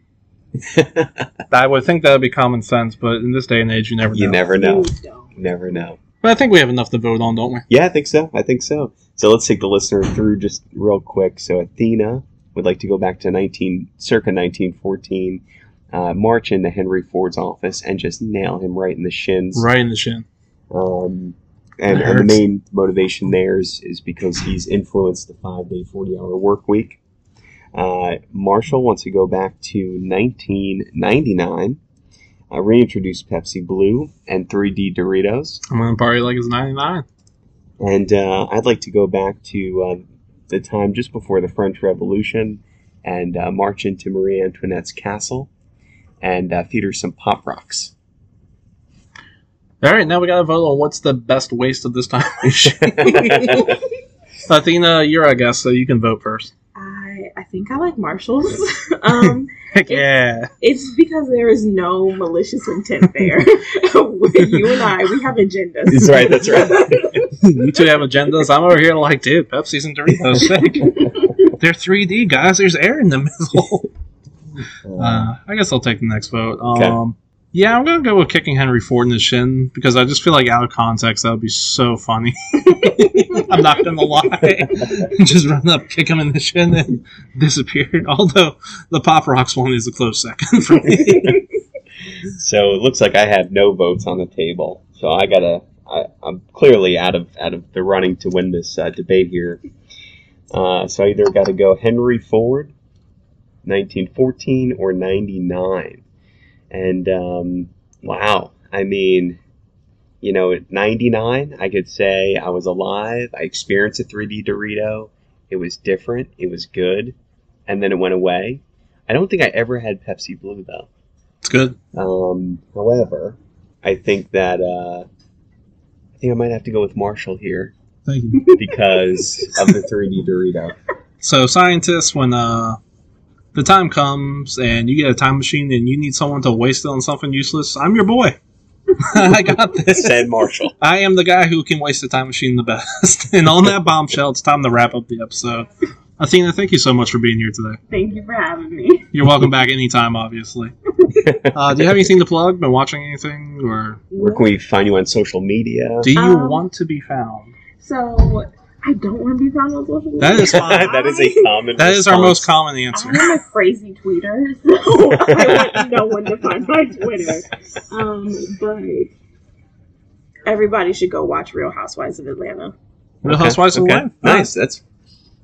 I would think that would be common sense, but in this day and age, you never
You
know.
never know.
Please don't.
Never know.
But I think we have enough to vote on, don't we?
Yeah, I think so. I think so. So let's take the listener through just real quick. So Athena would like to go back to 19, circa 1914, uh, march into Henry Ford's office and just nail him right in the shins.
Right in the shin.
Um, and,
That
and the
hurts.
main motivation there is, is because he's influenced the five day, 40 hour work week. Uh, Marshall wants to go back to 1999, uh, reintroduce Pepsi Blue and 3D Doritos.
I'm going to party like it's 99.
And uh, I'd like to go back to uh, the time just before the French Revolution and uh, march into Marie Antoinette's castle and uh, feed her some pop rocks.
All right, now we got to vote on what's the best waste of this time. Athena, you're, I guess, so you can vote first.
I I think I like Marshalls. um,
Heck yeah.
it's because there is no malicious intent there. you and I, we have agendas.
That's right, that's right.
you two have agendas. I'm over here like, dude, Pepsi's and Doritos. They're 3D, guys. There's air in the middle.
Um,
Uh, I guess I'll take the next vote. Um,
Okay.
Yeah, I'm gonna go with kicking Henry Ford in the shin because I just feel like out of context that would be so funny. I'm not gonna lie, just run up, kick him in the shin, and disappeared. Although the Pop Rocks one is a close second for me.
so it looks like I have no votes on the table. So I gotta. I, I'm clearly out of out of the running to win this uh, debate here. Uh, so I either got to go Henry Ford, 1914 or 99, and um, wow, I mean, you know, at 99, I could say I was alive. I experienced a 3D Dorito. It was different. It was good, and then it went away. I don't think I ever had Pepsi Blue though.
It's good.
Um, however, I think that uh, I think I might have to go with Marshall here
Thank you.
because of the 3D Dorito.
So scientists, when uh, the time comes and you get a time machine and you need someone to waste it on something useless, I'm your boy. I got this.
Said Marshall.
I am the guy who can waste the time machine the best. and on that bombshell, it's time to wrap up the episode. Athena, thank you so much for being here today.
Thank you for having me.
You're welcome back anytime, obviously. Uh, do you have anything to plug? Been watching anything? Or
Where can we find you on social media?
do you
Um,
want to be found?
So I don't want to be found on social media.
That is fine.
that is a common.
That is our
response.
most common
I
answer.
am a crazy tweeter, so I want no one to find my Twitter. Um, but everybody should go watch Real Housewives of Atlanta.
Real
Okay,
Housewives of
okay.
Atlanta.
Nice. That's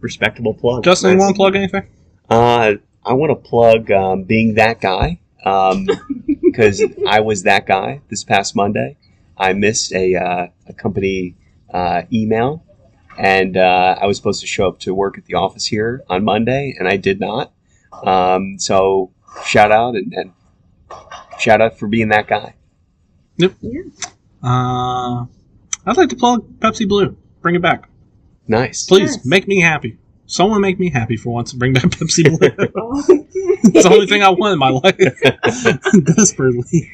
respectable plug.
Justin, you
Nice.
want to plug anything?
Uh, I want to plug um, being that guy because I was that guy this past Monday. I missed a, uh, a company uh, email, and uh, I was supposed to show up to work at the office here on Monday, and I did not. Um, so shout out and, and shout out for being that guy.
Uh, I'd like to plug Pepsi Blue. Bring it back.
Nice.
Please,
Yes.
make me happy. Someone make me happy for once and bring back Pepsi Blue.
Oh,
it's the only thing I want in my life. Desperately.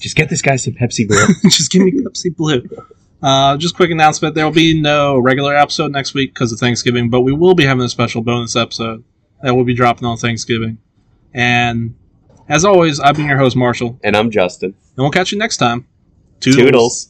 Just get this guy some Pepsi Blue.
just give me Pepsi Blue. Uh, just quick announcement: there will be no regular episode next week because of Thanksgiving, but we will be having a special bonus episode. that will be dropping on Thanksgiving. And as always, I've been your host, Marshall,
And I'm Justin.
and we'll catch you next time.
Toodles.